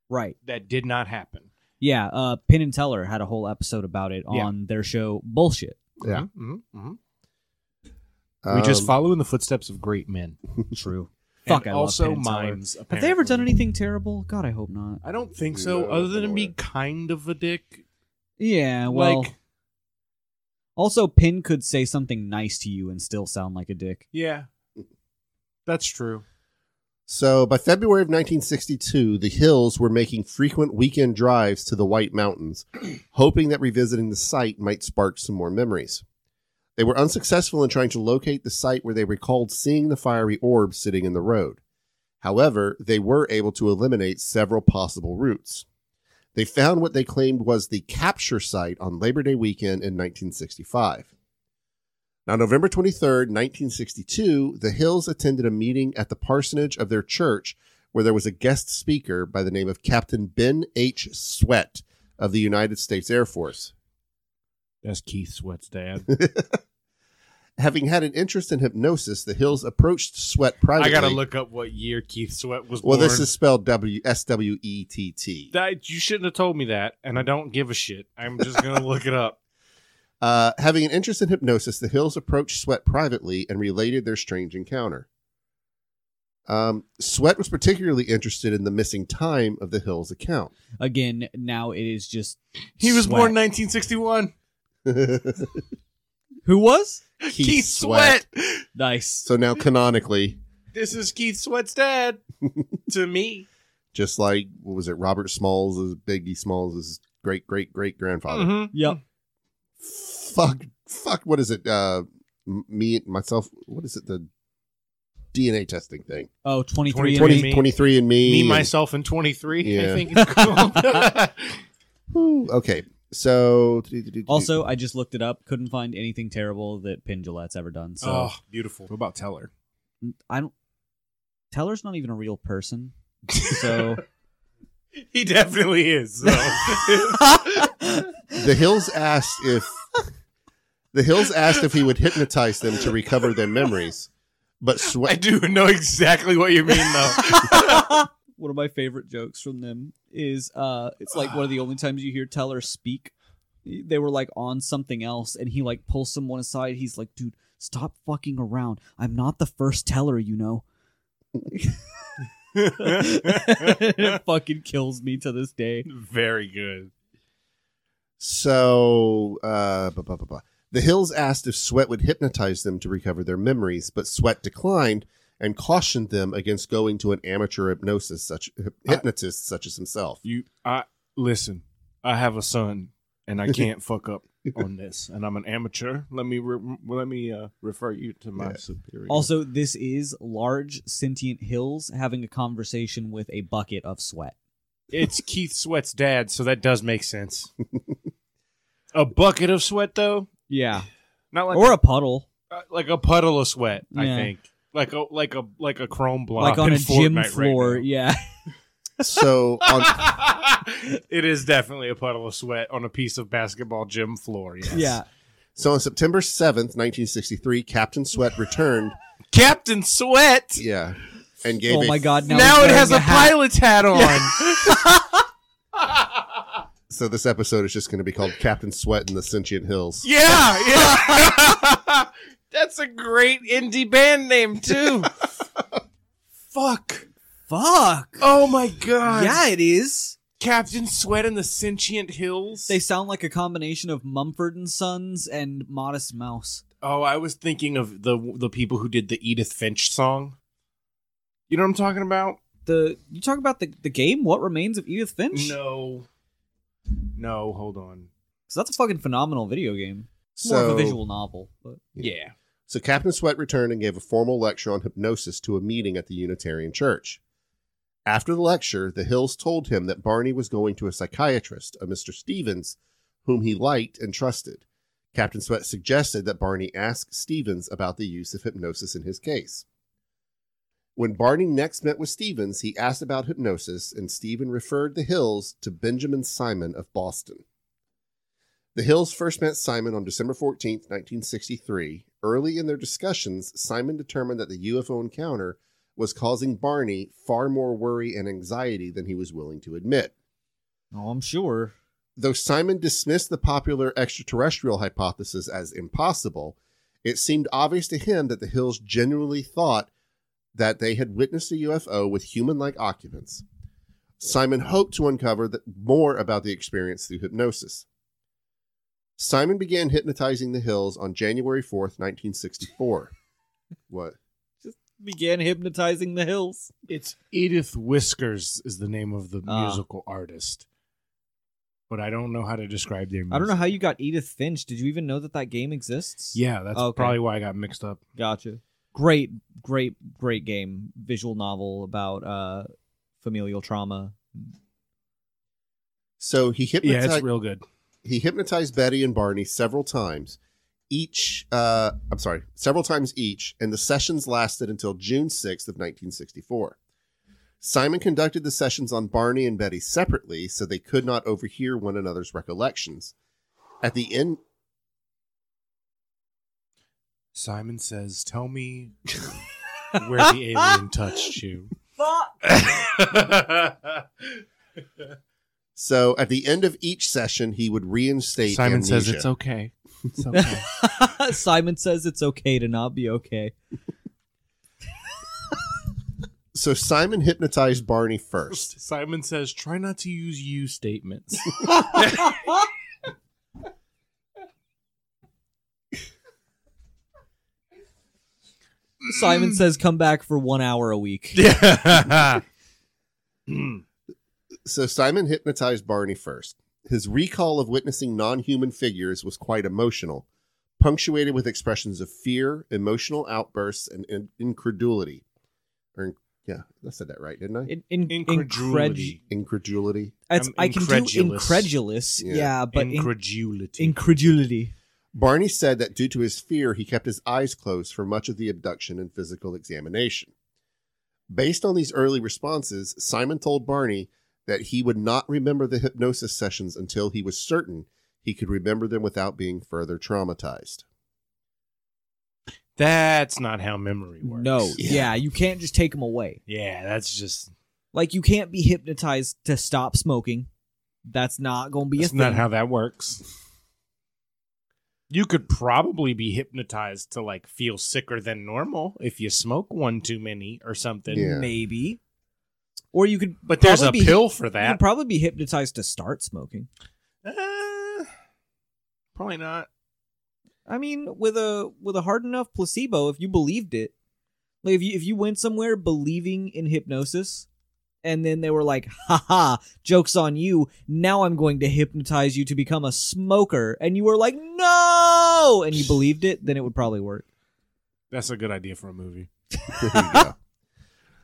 E: right.
F: that did not happen
E: Yeah, uh, Penn and Teller had a whole episode about it
F: Yeah.
E: on their show Bullshit.
D: Yeah.
F: Mhm, mhm, mhm. we just
D: Um,
F: follow in the footsteps of great men
E: True. Fuck,
F: and
E: I love
F: also
E: Penn and Teller.
F: mimes
E: Have they ever
F: apparently.
E: done anything terrible? God, I hope not.
F: I don't think so.
D: No,
F: other than
D: no
F: be
D: way.
F: kind of a dick,
E: Yeah, well.
F: like
E: also, Pin could say something nice to you and still sound like a dick.
F: yeah, that's true.
D: So by February of 1962, the Hills were making frequent weekend drives to the White Mountains, hoping that revisiting the site might spark some more memories. They were unsuccessful in trying to locate the site where they recalled seeing the fiery orb sitting in the road. However, they were able to eliminate several possible routes. They found what they claimed was the capture site on Labor Day weekend in 1965. Now, November 23rd, 1962, the Hills attended a meeting at the parsonage of their church where there was a guest speaker by the name of Captain Ben H. Sweat of the United States Air Force.
F: That's Keith Sweat's dad.
D: Having had an interest in hypnosis, the Hills approached Sweat privately.
F: I gotta look up what year Keith Sweat was
D: Well,
F: born.
D: this is spelled W S W E T T.
F: That- you shouldn't have told me that, and I don't give a shit. I'm just gonna look it up.
D: Uh, having an interest in hypnosis, the Hills approached Sweat privately and related their strange encounter. Um, Sweat was particularly interested in the missing time of the Hills account.
E: Again, now it is just.
F: He was
E: Sweat.
F: born 1961.
E: Who was?
F: Keith,
D: Sweat.
F: Sweat.
E: Nice.
D: So now canonically,
F: This is Keith Sweat's dad. to me,
D: just like what was it, Robert Smalls is Biggie Smalls is great great great grandfather.
F: Mhm.
E: Yep. Mm-hmm.
D: Fuck fuck what is it? Uh m- me myself what is it the DNA testing thing?
E: Oh, 23 and
F: 20
E: me.
F: Me.
D: 23 and me.
F: me,
D: and-
F: myself, and 23.
D: Yeah.
F: I think it's called.
D: Whew, okay. So
E: Also, I just looked it up. Couldn't find anything terrible that Penn Gillette's ever done. So
F: oh, beautiful. What about Teller?
E: I don't. Teller's not even a real person. So.
F: He definitely is. though.
D: the Hills asked if the Hills asked if he would hypnotize them to recover their memories. But
F: I
D: Sweat
F: do know exactly what you mean, though.
E: one of my favorite jokes from them is uh it's like one of the only times you hear Teller speak. They were like on something else and he like pulls someone aside. He's like, dude, stop fucking around. I'm not the first teller, you know. it fucking kills me to this day.
F: Very good.
D: So, uh, blah, blah, blah, blah. the Hills asked if Sweat would hypnotize them to recover their memories, but Sweat declined and cautioned them against going to an amateur hypnosis such hyp-
E: Uh,
D: hypnotist such as himself.
F: You, I listen. I have a son, and I can't fuck up on this. And I'm an amateur. Let me re- let me uh, refer you to my
D: Yeah.
F: superior.
E: Also, this is large sentient hills having a conversation with a bucket of sweat.
F: it's Keith Sweat's dad, so that does make sense. a bucket of sweat, though,
E: Yeah.
F: not like
E: Or a puddle.
F: uh, like a puddle of sweat. I
E: Yeah.
F: think like a like a like a chrome block,
E: Like on
F: in
E: a gym
F: Fortnite right
E: floor.
F: now.
E: yeah.
D: So, on,
F: it is definitely a puddle of sweat on a piece of basketball gym floor. Yes.
E: Yeah.
D: So on September 7th, 1963, Captain Sweat returned.
B: Captain Sweat.
D: yeah. And gave
E: Oh
D: a-
E: my god! Now,
B: Now,
E: he's
B: it has a,
E: wearing hat.
B: pilot's hat on.
D: So this episode is just going to be called Captain Sweat in the Sentient Hills.
B: Yeah, yeah. That's a great indie band name too. Fuck.
E: Fuck.
B: Oh my god.
E: yeah, it is.
B: Captain Sweat and the Sentient Hills.
E: They sound like a combination of Mumford and Sons and Modest Mouse.
B: oh, I was thinking of the the people who did the Edith Finch song. You know what I'm talking about?
E: The you talk about the, the game What Remains of Edith Finch?
B: No. No, hold on.
E: 'Cause that's a fucking phenomenal video game. It's more
D: So,
E: of a visual novel. But
B: Yeah.
D: so Captain Sweat returned and gave a formal lecture on hypnosis to a meeting at the Unitarian Church. After the lecture, the Hills told him that Barney was going to a psychiatrist, a Mr. Stevens, whom he liked and trusted. Captain Sweat suggested that Barney ask Stevens about the use of hypnosis in his case. When Barney next met with Stevens, he asked about hypnosis, and Stephen referred the Hills to Benjamin Simon of Boston. The Hills first met Simon on December 14, 1963. Early in their discussions, Simon determined that the UFO encounter was causing Barney far more worry and anxiety than he was willing to admit.
E: oh, I'm sure.
D: Though Simon dismissed the popular extraterrestrial hypothesis as impossible, it seemed obvious to him that the Hills genuinely thought that they had witnessed a UFO with human like occupants. Simon hoped to uncover that more about the experience through hypnosis. Simon began hypnotizing the Hills on January 4th, 1964. What?
E: Began hypnotizing the hills.
F: It's Edith Whiskers is the name of the
E: Ah.
F: musical artist. But I don't know how to describe their music.
E: I don't know how you got Edith Finch. Did you even know that that game exists?
F: Yeah, that's
E: Okay.
F: probably why I got mixed up.
E: Gotcha. Great, great, great game. Visual novel about uh familial trauma.
D: So he
F: Yeah,
D: hypnotized.
F: it's real good.
D: he hypnotized Betty and Barney several times, each. Uh, I'm sorry, several times each, and the sessions lasted until June 6th of 1964. Simon conducted the sessions on Barney and Betty separately, so they could not overhear one another's recollections. At the end,
F: Simon says, "Tell me where the alien touched you." Fuck.
D: so at the end of each session, he would reinstate.
F: Simon says
D: amnesia.
F: it's okay. It's okay.
E: Simon says it's okay to not be okay.
D: So Simon hypnotized Barney first.
F: Simon says, "Try not to use you statements."
E: Simon says come back for one hour a week.
F: yeah.
D: So Simon hypnotized Barney first. His recall of witnessing non human figures was quite emotional, punctuated with expressions of fear, emotional outbursts, and in- incredulity. Or, in- yeah, I said that right, didn't I?
E: In, in,
F: Incredulity.
D: incredulity.
E: It's,
F: I'm
E: I can do
F: incredulous.
E: incredulous.
D: Yeah.
E: Yeah, but in-
F: incredulity.
E: incredulity.
D: Barney said that due to his fear, he kept his eyes closed for much of the abduction and physical examination. Based on these early responses, Simon told Barney that he would not remember the hypnosis sessions until he was certain he could remember them without being further traumatized.
F: that's not how memory works.
E: No,
D: Yeah.
E: yeah. you can't just take them away.
F: Yeah, that's just
E: Like you can't be hypnotized to stop smoking. That's not gonna be
F: that's
E: a
F: not
E: thing.
F: how that works. You could probably be hypnotized to like feel sicker than normal if you smoke one too many or something.
D: Yeah.
E: Maybe. Or you could,
F: But there's
E: probably
F: a
E: be-
F: pill for
E: You could
F: that.
E: probably be hypnotized to start smoking.
F: Uh, probably not.
E: I mean, with a with a hard enough placebo, if you believed it, like if you if you went somewhere believing in hypnosis, and then they were like, "Ha ha, jokes on you! Now I'm going to hypnotize you to become a smoker," and you were like, "No," and you believed it, then it would probably work.
F: That's a good idea for a movie.
D: There you go.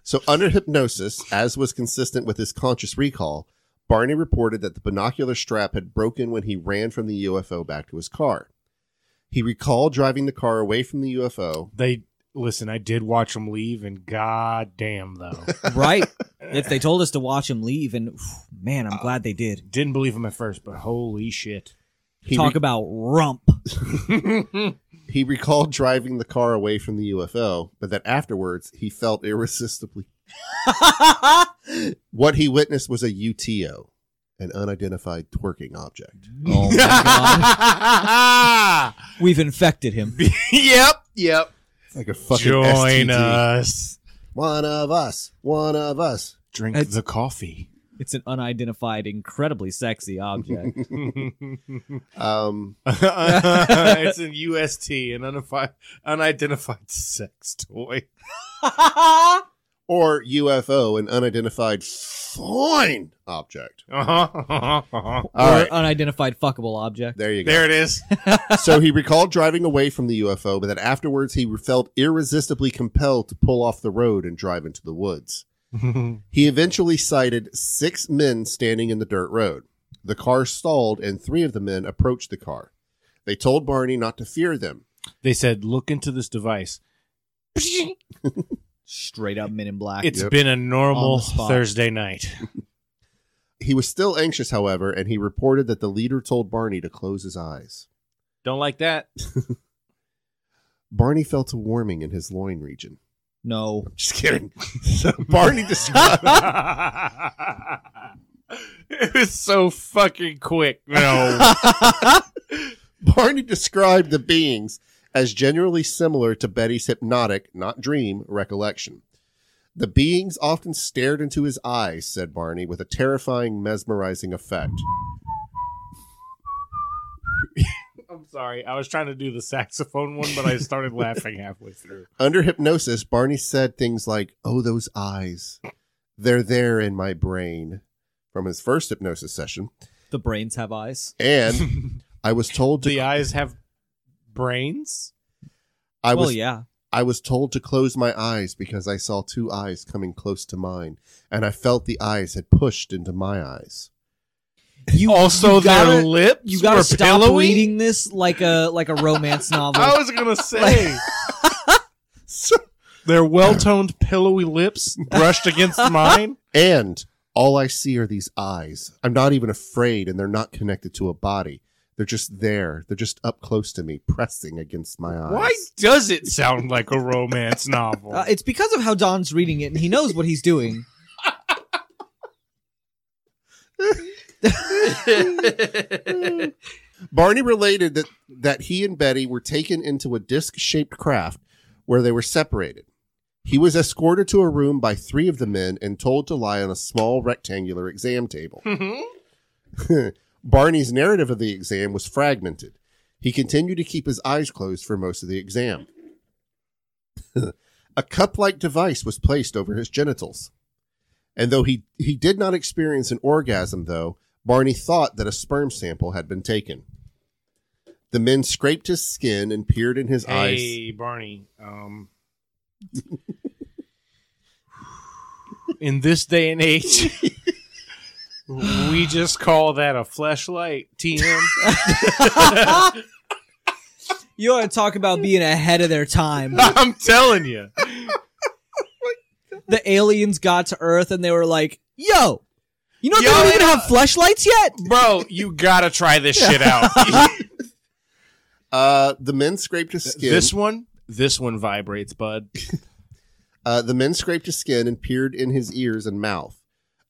D: So, under hypnosis, as was consistent with his conscious recall, Barney reported that the binocular strap had broken when he ran from the UFO back to his car. He recalled driving the car away from the UFO.
F: They listen. I did watch them leave, and goddamn though,
E: right? If they told
D: Uh,
E: us to watch him leave, and man, I'm glad they did.
F: didn't believe them at first, but holy shit!
D: He
E: Talk
D: re-
E: about rump.
D: he recalled driving the car away from the UFO, but that afterwards he felt irresistibly. What he witnessed was a UTO, an unidentified twerking object.
E: Oh my God. We've infected him.
B: yep, yep.
D: It's like a fucking
F: Join
D: STD.
F: us.
D: One of us. One of us.
B: Drink
E: It's-
B: the coffee.
E: It's an unidentified, incredibly sexy object.
D: Um,
F: it's an UST, an unidentified, unidentified sex toy.
D: or UFO, an unidentified fine object.
F: there
D: All
E: or
D: right,
E: unidentified fuckable object.
D: there you go.
F: it is.
D: so he recalled driving away from the UFO, but then afterwards he felt irresistibly compelled to pull off the road and drive into the woods. he eventually sighted six men standing in the dirt road. The car stalled, and three of the men approached the car. They told Barney not to fear them.
F: They said, look into this device.
E: Straight up men in black.
F: It's
D: Yep.
F: been a normal
E: On the spot.
F: Thursday night.
D: He was still anxious, however, and he reported that the leader told Barney to close his eyes.
F: Don't like that.
D: Barney felt a warming in his loin region.
E: no.
D: Just kidding. So Barney described.
F: it was so fucking quick. No.
D: Barney described the beings as generally similar to Betty's hypnotic, not dream, recollection. The beings often stared into his eyes, said Barney, with a terrifying, mesmerizing effect.
F: I'm sorry. I was trying to do the saxophone one, but I started laughing halfway through.
D: Under hypnosis, Barney said things like, Oh, those eyes. They're there in my brain from his first hypnosis session.
E: The brains have eyes.
D: And I was told to
F: The eyes have brains?
D: I
E: well,
D: was
E: yeah.
D: I was told to close my eyes because I saw two eyes coming close to mine, and I felt the eyes had pushed into my eyes.
E: You
F: Also,
E: you
F: their
E: gotta,
F: lips
E: you gotta
F: were
E: stop
F: pillowy?
E: reading this like a like a romance novel.
F: I was gonna say their well-toned, pillowy lips brushed against mine.
D: And all I see are these eyes. I'm not even afraid, and they're not connected to a body. They're just there. They're just up close to me, pressing against my eyes.
F: Why does it sound like a romance novel?
E: Uh, it's because of how Don's reading it, and he knows what he's doing.
D: Barney related that, that he and Betty were taken into a disc shaped craft where they were separated. He was escorted to a room by three of the men and told to lie on a small rectangular exam table. Barney's narrative of the exam was fragmented. He continued to keep his eyes closed for most of the exam. a cup like device was placed over his genitals. And though he, he did not experience an orgasm, though, Barney thought that a sperm sample had been taken. The men scraped his skin and peered in his eyes.
F: hey, Barney. Um, in this day and age, we just call that a flashlight. TM.
E: You want to talk about being ahead of their time?
F: I'm telling you.
E: the aliens got to Earth and they were like, "Yo, you know
F: Yo,
E: they don't even
F: yeah.
E: have fleshlights yet."
F: Bro, you gotta try this shit out.
D: Uh, the men scraped his skin.
F: this one, this one vibrates, bud.
D: Uh, the men scraped his skin and peered in his ears and mouth.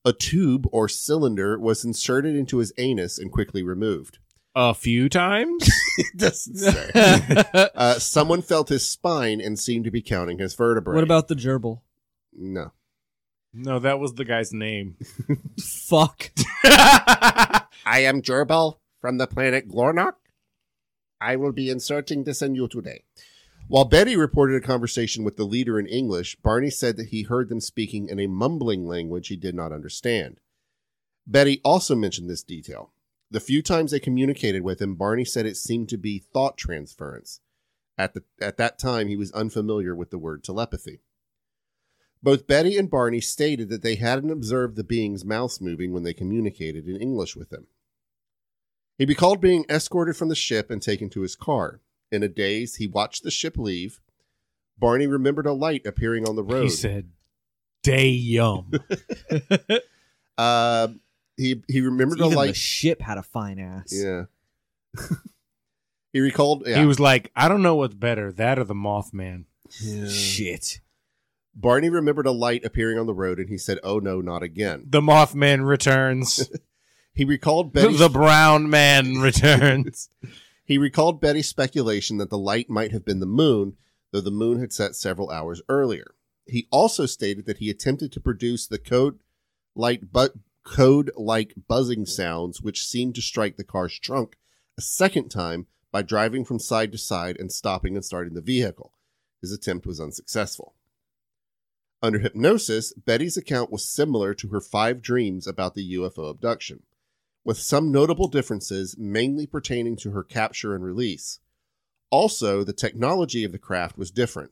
D: A tube or cylinder was inserted into his anus and quickly removed.
F: A few times.
D: It doesn't say. uh, someone felt his spine and seemed to be counting his vertebrae.
E: What about the gerbil?
D: no?
F: No, that was the guy's name.
E: Fuck.
D: I am Gerbil from the planet Glornok. I will be inserting this in you today. While Betty reported a conversation with the leader in English, Barney said that he heard them speaking in a mumbling language he did not understand. Betty also mentioned this detail. The few times they communicated with him, Barney said it seemed to be thought transference. At, the, at that time, he was unfamiliar with the word telepathy. Both Betty and Barney stated that they hadn't observed the being's mouths moving when they communicated in English with him. He recalled being escorted from the ship and taken to his car. In a daze, he watched the ship leave. Barney remembered a light appearing on the road.
F: He said, "Day yum."
D: Uh, he he remembered a
E: Even
D: light.
E: the ship had a fine ass.
D: yeah, He recalled. Yeah.
F: He was like, I don't know what's better, that or the Mothman.
E: Shit.
D: Barney remembered a light appearing on the road, and he said, "Oh no, not again."
F: The Mothman returns.
D: He recalled Betty's
F: the Brown Man returns.
D: He recalled Betty's speculation that the light might have been the moon, though the moon had set several hours earlier. He also stated that he attempted to produce the code light but code like buzzing sounds which seemed to strike the car's trunk a second time by driving from side to side and stopping and starting the vehicle. His attempt was unsuccessful. Under hypnosis, Betty's account was similar to her five dreams about the UFO abduction with some notable differences mainly pertaining to her capture and release. Also, the technology of the craft was different.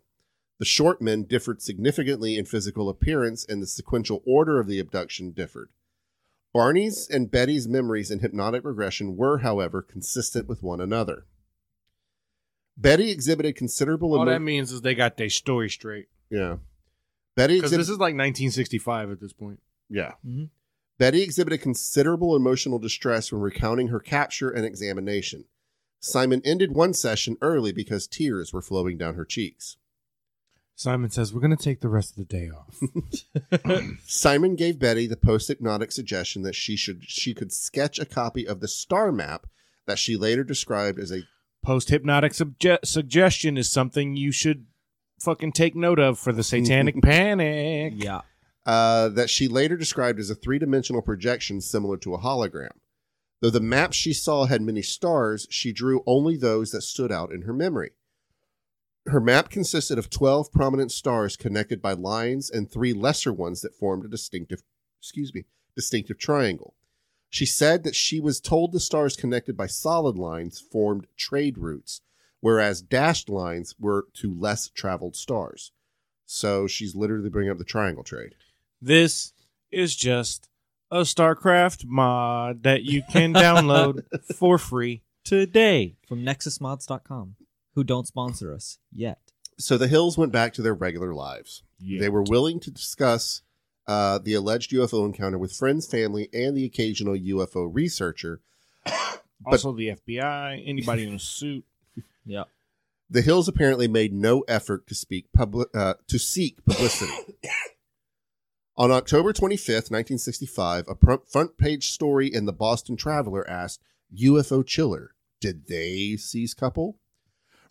D: The shortmen differed significantly in physical appearance, and the sequential order of the abduction differed. Barney's and Betty's memories in hypnotic regression were, however, consistent with one another. Betty exhibited considerable
F: All
D: emo-
F: that means is they got their story straight.
D: yeah. Betty
F: Because
D: exhibited
F: this is like 1965 at this point.
D: Yeah.
F: Mhm.
D: Betty exhibited considerable emotional distress when recounting her capture and examination. Simon ended one session early because tears were flowing down her cheeks.
F: Simon says, We're going to take the rest of the day off.
D: Simon gave Betty the post-hypnotic suggestion that she should she could sketch a copy of the star map that she later described as a
F: Post hypnotic subje- suggestion is something you should fucking take note of for the satanic panic.
E: Yeah.
D: uh, that she later described as a three-dimensional projection similar to a hologram. Though the map she saw had many stars, she drew only those that stood out in her memory. Her map consisted of 12 prominent stars connected by lines and three lesser ones that formed a distinctive, excuse me, distinctive triangle. She said that she was told the stars connected by solid lines formed trade routes, whereas dashed lines were to less traveled stars. So she's literally bringing up the triangle trade.
F: This is just a StarCraft mod that you can download for free today.
E: From nexusmods.com, who don't sponsor us yet.
D: So the Hills went back to their regular lives. They were willing to discuss uh, the alleged UFO encounter with friends, family, and the occasional UFO researcher.
F: Also, the FBI, anybody in a suit.
E: Yeah.
D: The Hills apparently made no effort to speak public uh, to seek publicity. On October 25th, 1965, a pr- front page story in the Boston Traveler asked UFO chiller, did they seize couple?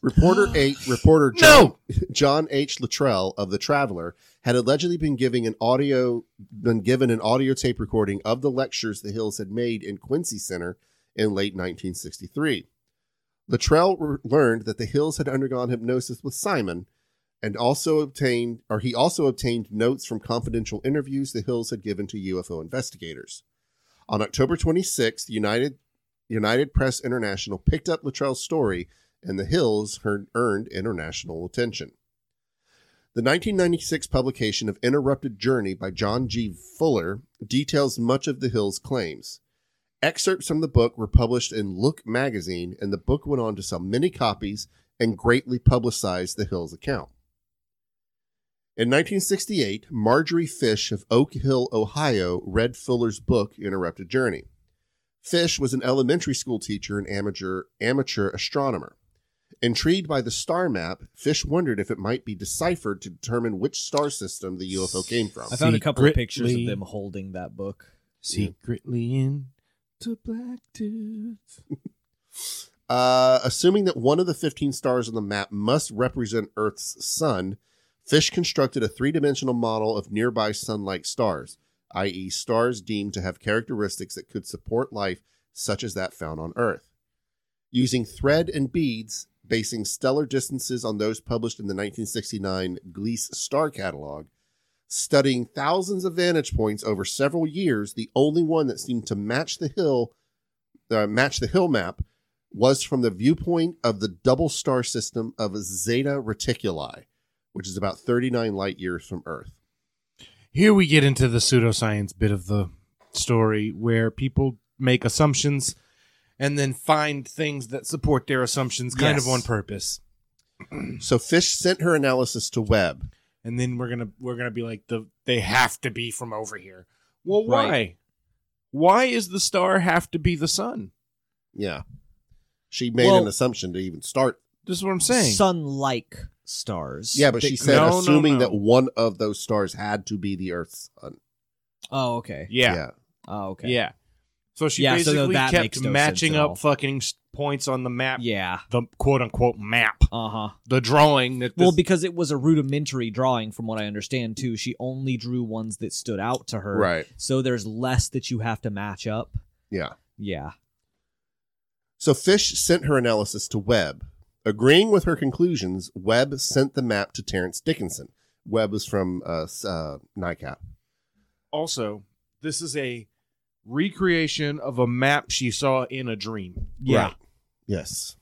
D: Reporter 8, reporter John,
F: No!
D: John H. Luttrell of the Traveler had allegedly been giving an audio been given an audio tape recording of the lectures the Hills had made in Quincy Center in late 1963. Luttrell re- learned that the Hills had undergone hypnosis with Simon and also obtained or he also obtained notes from confidential interviews the Hills had given to UFO investigators. On October 26th, United United Press International picked up Luttrell's story and the Hills heard, earned international attention. The 1996 publication of Interrupted Journey by John G. Fuller details much of the Hills' claims. Excerpts from the book were published in Look magazine, and the book went on to sell many copies and greatly publicized the Hills' account. In 1968, Marjorie Fish of Oak Hill, Ohio, read Fuller's book, Interrupted Journey. Fish was an elementary school teacher and amateur amateur astronomer. Intrigued by the star map, Fish wondered if it might be deciphered to determine which star system the UFO came from.
E: I found a couple of pictures of
F: Secretly-
E: them holding that book.
F: Secretly in to Black Tooth.
D: Uh, assuming that one of the 15 stars on the map must represent Earth's sun, Fish constructed a three dimensional model of nearby sun like stars, i.e., stars deemed to have characteristics that could support life such as that found on Earth. Using thread and beads, basing stellar distances on those published in the 1969 Gliese Star Catalog, studying thousands of vantage points over several years, the only one that seemed to match the hill, uh, match the hill map, was from the viewpoint of the double star system of Zeta Reticuli, which is about 39 light years from Earth.
F: Here we get into the pseudoscience bit of the story where people make assumptions and then find things that support their assumptions kind
E: Yes.
F: of on purpose.
D: So Fish sent her analysis to Webb.
F: And then we're gonna we're gonna be like the they have to be from over here. Well why?
E: Right.
F: Why is the star have to be the sun?
D: Yeah. She made
G: Well-
D: an assumption to even start.
F: This is what I'm saying.
E: Sun-like stars.
D: Yeah, but
F: They-
D: she said
F: No, no,
D: assuming
F: no.
D: that one of those stars had to be the Earth's sun.
E: Oh, okay.
F: yeah.
E: Oh, okay.
F: Yeah. So she
G: Yeah, so
F: basically
G: that makes
F: kept
G: no
F: matching
G: sense at
F: up
G: all.
F: fucking s- points on the map,
E: Yeah.
F: the quote unquote map,
E: Uh huh.
F: the drawing that this,
E: Well, because it was a rudimentary drawing, from what I understand, too. She only drew ones that stood out to her.
D: Right.
E: So there's less that you have to match up.
D: Yeah.
E: Yeah.
D: So Fish sent her analysis to Webb. Agreeing with her conclusions, Webb sent the map to Terrence Dickinson. Webb was from uh, s- uh, NICAP.
F: also this is a recreation of a map she saw in a dream,
E: Yeah.
D: Right. Yes.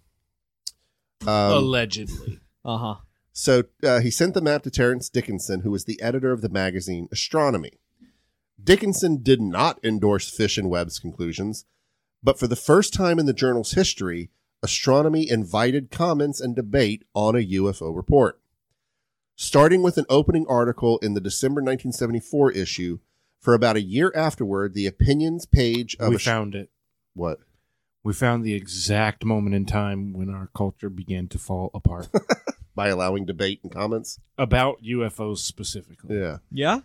D: Um,
F: allegedly.
E: Uh huh.
D: so uh, he sent the map to Terrence Dickinson, who was the editor of the magazine Astronomy. Dickinson did not endorse Fish and Webb's conclusions, but for the first time in the journal's history, Astronomy invited comments and debate on a UFO report. Starting with an opening article in the December 1974 issue, for about a year afterward, the opinions page of
F: we
D: Ast-
F: found it.
D: what?
F: We found the exact moment in time when our culture began to fall apart
D: By allowing debate and comments?
F: about UFOs specifically.
D: Yeah.
E: Yeah.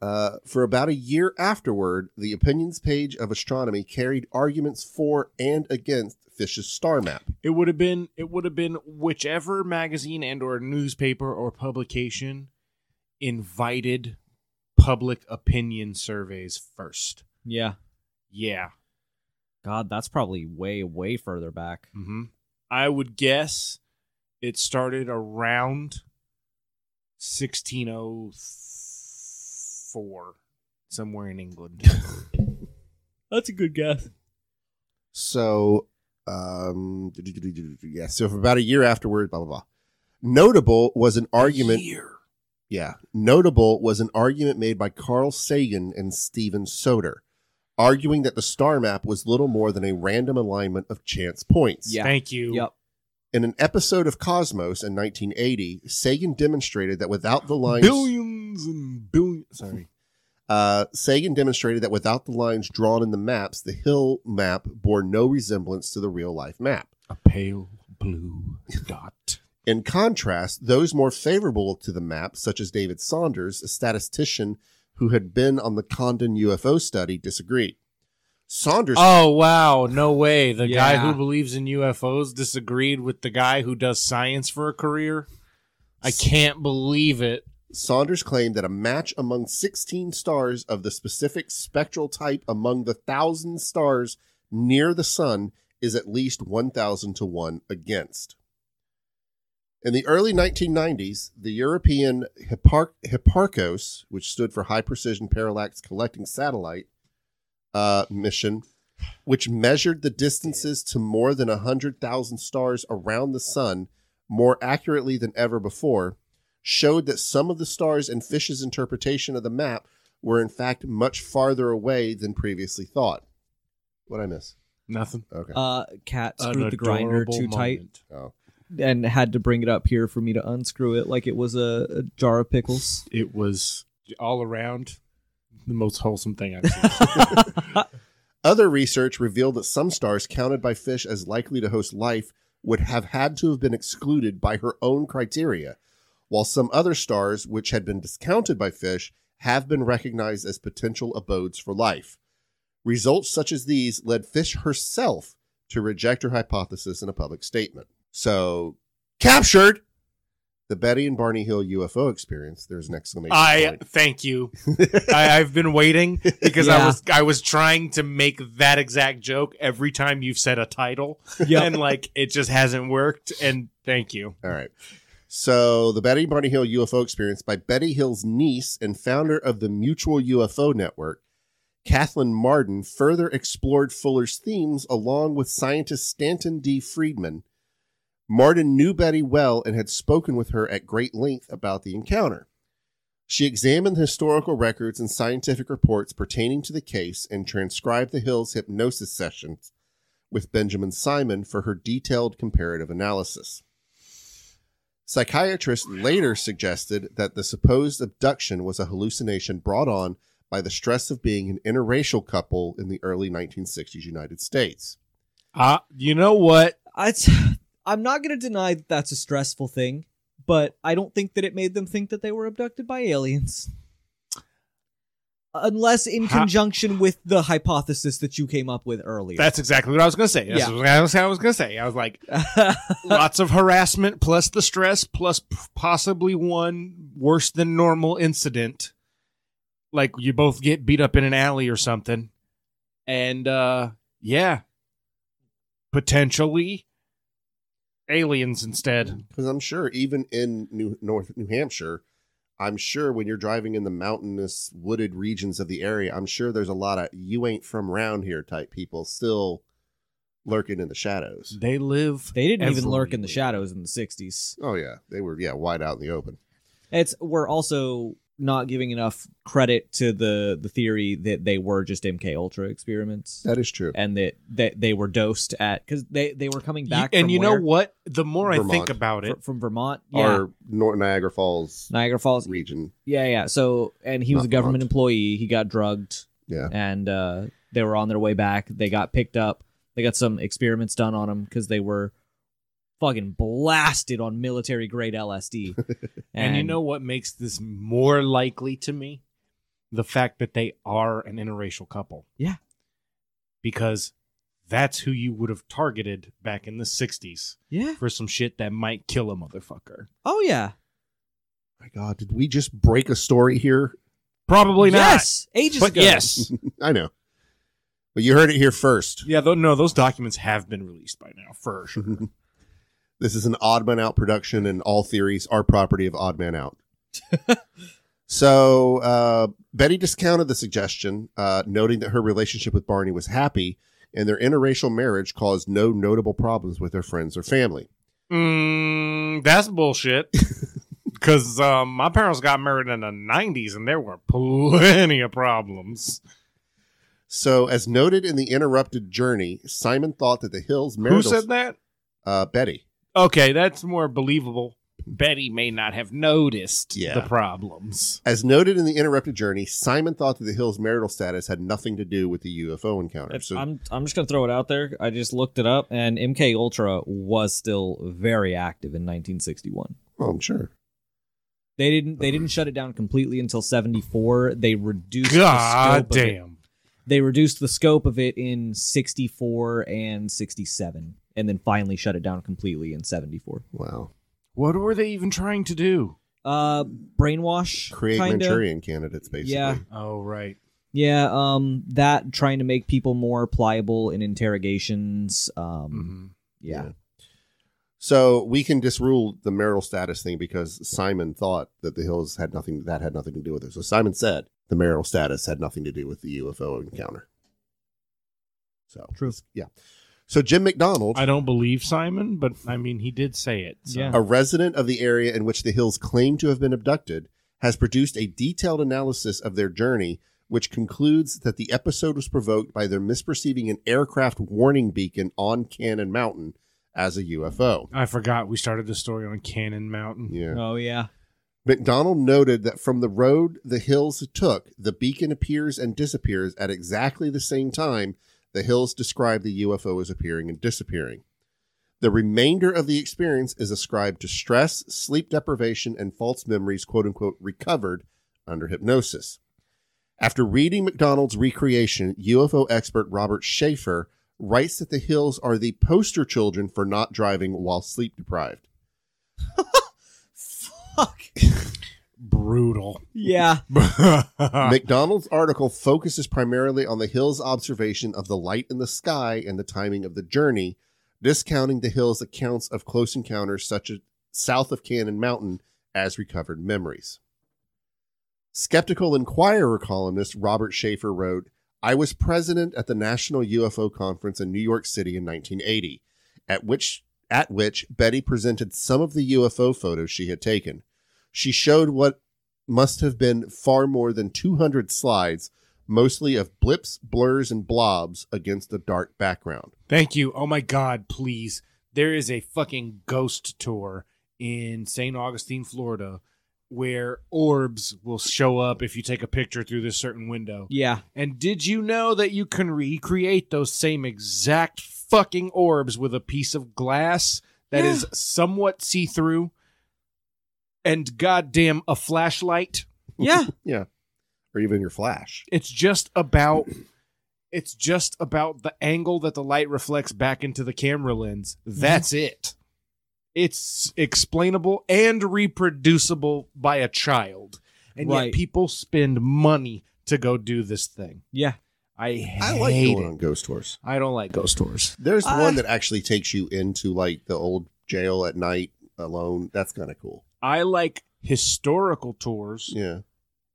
D: Uh, for about a year afterward, the opinions page of astronomy carried arguments for and against Fish's star map.
F: It would have been it would have been whichever magazine and or newspaper or publication invited public opinion surveys first.
E: Yeah.
F: Yeah.
E: God, that's probably way, way further back.
F: Mm-hmm. I would guess it started around 1604 somewhere in England.
G: That's a good guess.
D: So, um, yeah. So for about a year afterward, blah blah blah. Notable was an argument.
F: Year.
D: Yeah. Notable was an argument made by Carl Sagan and Stephen Soder, arguing that the star map was little more than a random alignment of chance points.
E: Yeah.
F: Thank you.
E: Yep.
D: In an episode of Cosmos in 1980, Sagan demonstrated that without the lines
F: Billions and billions. Sorry.
D: Uh, Sagan demonstrated that without the lines drawn in the maps, the hill map bore no resemblance to the real life map.
F: A pale blue dot.
D: In contrast, those more favorable to the map, such as David Saunders, a statistician who had been on the Condon UFO study, disagreed. Saunders,
F: Oh wow, no way. The guy who
E: Yeah.
F: believes in UFOs disagreed with the guy who does science for a career. I can't believe it.
D: Saunders claimed that a match among 16 stars of the specific spectral type among the thousand stars near the sun is at least 1,000 to 1 against. In the early 1990s, the European Hipar- Hipparchos, which stood for High Precision Parallax Collecting Satellite uh, mission, which measured the distances to more than 100,000 stars around the sun more accurately than ever before, showed that some of the stars in Fish's interpretation of the map were in fact much farther away than previously thought. What I miss?
F: Nothing.
D: Okay.
E: Uh, cat
F: An
E: screwed the grinder
F: adorable
E: too tight
F: moment.
D: oh.
E: and had to bring it up here for me to unscrew it like it was a, a jar of pickles.
F: It was all around the most wholesome thing I've seen.
D: Other research revealed that some stars counted by Fish as likely to host life would have had to have been excluded by her own criteria, while some other stars, which had been discounted by Fish, have been recognized as potential abodes for life. Results such as these led Fish herself to reject her hypothesis in a public statement. So, captured the Betty and Barney Hill UFO experience. There's an exclamation.
F: I
D: point.
F: thank you. I, I've been waiting because I
E: Yeah.
F: was I was trying to make that exact joke every time you've said a title,
E: Yep.
F: and like it just hasn't worked. And thank you.
D: All right. So, the Betty Barney Hill UFO experience by Betty Hill's niece and founder of the Mutual UFO Network, Kathleen Marden, further explored Fuller's themes along with scientist Stanton D. Friedman. Marden knew Betty well and had spoken with her at great length about the encounter. She examined the historical records and scientific reports pertaining to the case and transcribed the Hills hypnosis sessions with Benjamin Simon for her detailed comparative analysis. Psychiatrists later suggested that the supposed abduction was a hallucination brought on by the stress of being an interracial couple in the early 1960s United States.
F: Uh, you know what?
E: I, I'm not going to deny that that's a stressful thing, but I don't think that it made them think that they were abducted by aliens. Unless in
F: Ha-
E: conjunction with the hypothesis that you came up with earlier.
F: That's exactly what I was going to say. That's
E: Yeah.
F: what I was, I was going to say. I was like, lots of harassment plus the stress plus p- possibly one worse than normal incident like you both get beat up in an alley or something and uh yeah potentially aliens instead
D: Because I'm sure even in New North New Hampshire, I'm sure when you're driving in the mountainous wooded regions of the area, I'm sure there's a lot of you ain't from round here type people still lurking in the shadows.
F: they live
E: they didn't even
F: Everywhere.
E: lurk in the shadows in the 60s.
D: Oh yeah, they were yeah wide out in the open.
E: It's we're also not giving enough credit to the the theory that they were just MK Ultra experiments
D: That is true.
E: and that, that they were dosed at cuz they they were coming
F: You-
E: back
F: and
E: from
F: you
E: where?
F: know what the more i
D: Vermont.
F: think about it
E: Fr- from Vermont. Yeah.
D: Our North Niagara Falls
E: Niagara Falls.
D: region.
E: Yeah, yeah. So, and he was
D: Not
E: a government
D: drugged.
E: employee. He got drugged.
D: Yeah.
E: And uh, they were on their way back. They got picked up. They got some experiments done on them because they were fucking blasted on military grade LSD.
F: and you know what makes this more likely to me the fact that they are an interracial couple
E: Yeah.
F: because that's who you would have targeted back in the 60s
E: Yeah.
F: for some shit that might kill a motherfucker.
E: Oh, yeah.
D: My God, did we just break a story here?
F: Probably not.
E: yes. Ages
F: But
E: ago.
F: yes.
D: I know, but you heard it here first.
F: Yeah, though, no, those documents have been released by now, for sure.
D: This is an Odd Man Out production, and all theories are property of Odd Man Out. so uh, Betty discounted the suggestion, uh, noting that her relationship with Barney was happy, and their interracial marriage caused no notable problems with their friends or family.
F: mm, that's bullshit. Because um, my parents got married in the 90s and there were plenty of problems.
D: So, as noted in the interrupted journey, Simon thought that the Hills'
F: Who
D: marital
F: said that?
D: Uh, Betty.
F: Okay, that's more believable. Betty may not have noticed
D: Yeah.
F: the problems.
D: As noted in the interrupted journey, Simon thought that the Hills' marital status had nothing to do with the UFO encounter.
E: If-
D: So,
E: I'm I'm just gonna throw it out there. I just looked it up, and MK Ultra was still very active in 1961.
D: well, I'm sure.
E: They didn't they didn't shut it down completely until 74. They reduced the
F: God
E: scope of it
F: damn.
E: they reduced the scope of it in 64 and 67 and then finally shut it down completely in 74
D: Wow.
F: What were they even trying to do?
E: uh brainwash
D: Create
E: kinda.
D: Manchurian candidates, basically.
E: Yeah.
F: Oh, right.
E: yeah um that trying to make people more pliable in interrogations um
F: Mm-hmm.
E: yeah.
D: So we can disrule the marital status thing because Simon thought that the Hills had nothing that had nothing to do with it. So Simon said the marital status had nothing to do with the UFO encounter. So
E: True.
D: Yeah. So Jim McDonald,
F: I don't believe Simon, but I mean, he did say it. so.
E: Yeah.
D: a resident of the area in which the Hills claim to have been abducted, has produced a detailed analysis of their journey, which concludes that the episode was provoked by their misperceiving an aircraft warning beacon on Cannon Mountain as a UFO.
F: I forgot we started the story on Cannon Mountain.
D: Yeah.
E: oh yeah
D: McDonald noted that from the road the hills took, the beacon appears and disappears at exactly the same time the hills describe the UFO as appearing and disappearing. The remainder of the experience is ascribed to stress, sleep deprivation, and false memories, quote unquote, recovered under hypnosis. After reading McDonald's recreation, UFO expert Robert Schaefer writes that the hills are the poster children for not driving while sleep deprived.
E: fuck
F: Brutal.
E: yeah
D: McDonald's article focuses primarily on the hill's observation of the light in the sky and the timing of the journey, discounting the hill's accounts of close encounters such as south of Cannon Mountain as recovered memories. Skeptical Inquirer columnist Robert Schaefer wrote, I was president at the National UFO Conference in New York City in 1980, at which at which Betty presented some of the UFO photos she had taken. She showed what must have been far more than 200 slides, mostly of blips, blurs, and blobs against a dark background.
F: Thank you. Oh my God, please. There is a fucking ghost tour in St. Augustine, Florida, where orbs will show up if you take a picture through this certain window.
E: yeah
F: And did you know that you can recreate those same exact fucking orbs with a piece of glass that is somewhat see through and goddamn a flashlight.
E: Yeah.
D: or even your flash.
F: It's just about it's just about the angle that the light reflects back into the camera lens. That's it. It's explainable and reproducible by a child. And
E: Right.
F: yet people spend money to go do this thing.
E: Yeah.
F: I hate
D: I like
F: it. Uh,
D: going on ghost tours.
F: I don't like ghost tours.
D: There's one that actually takes you into like the old jail at night alone. That's kind of cool.
F: I like historical tours.
D: Yeah.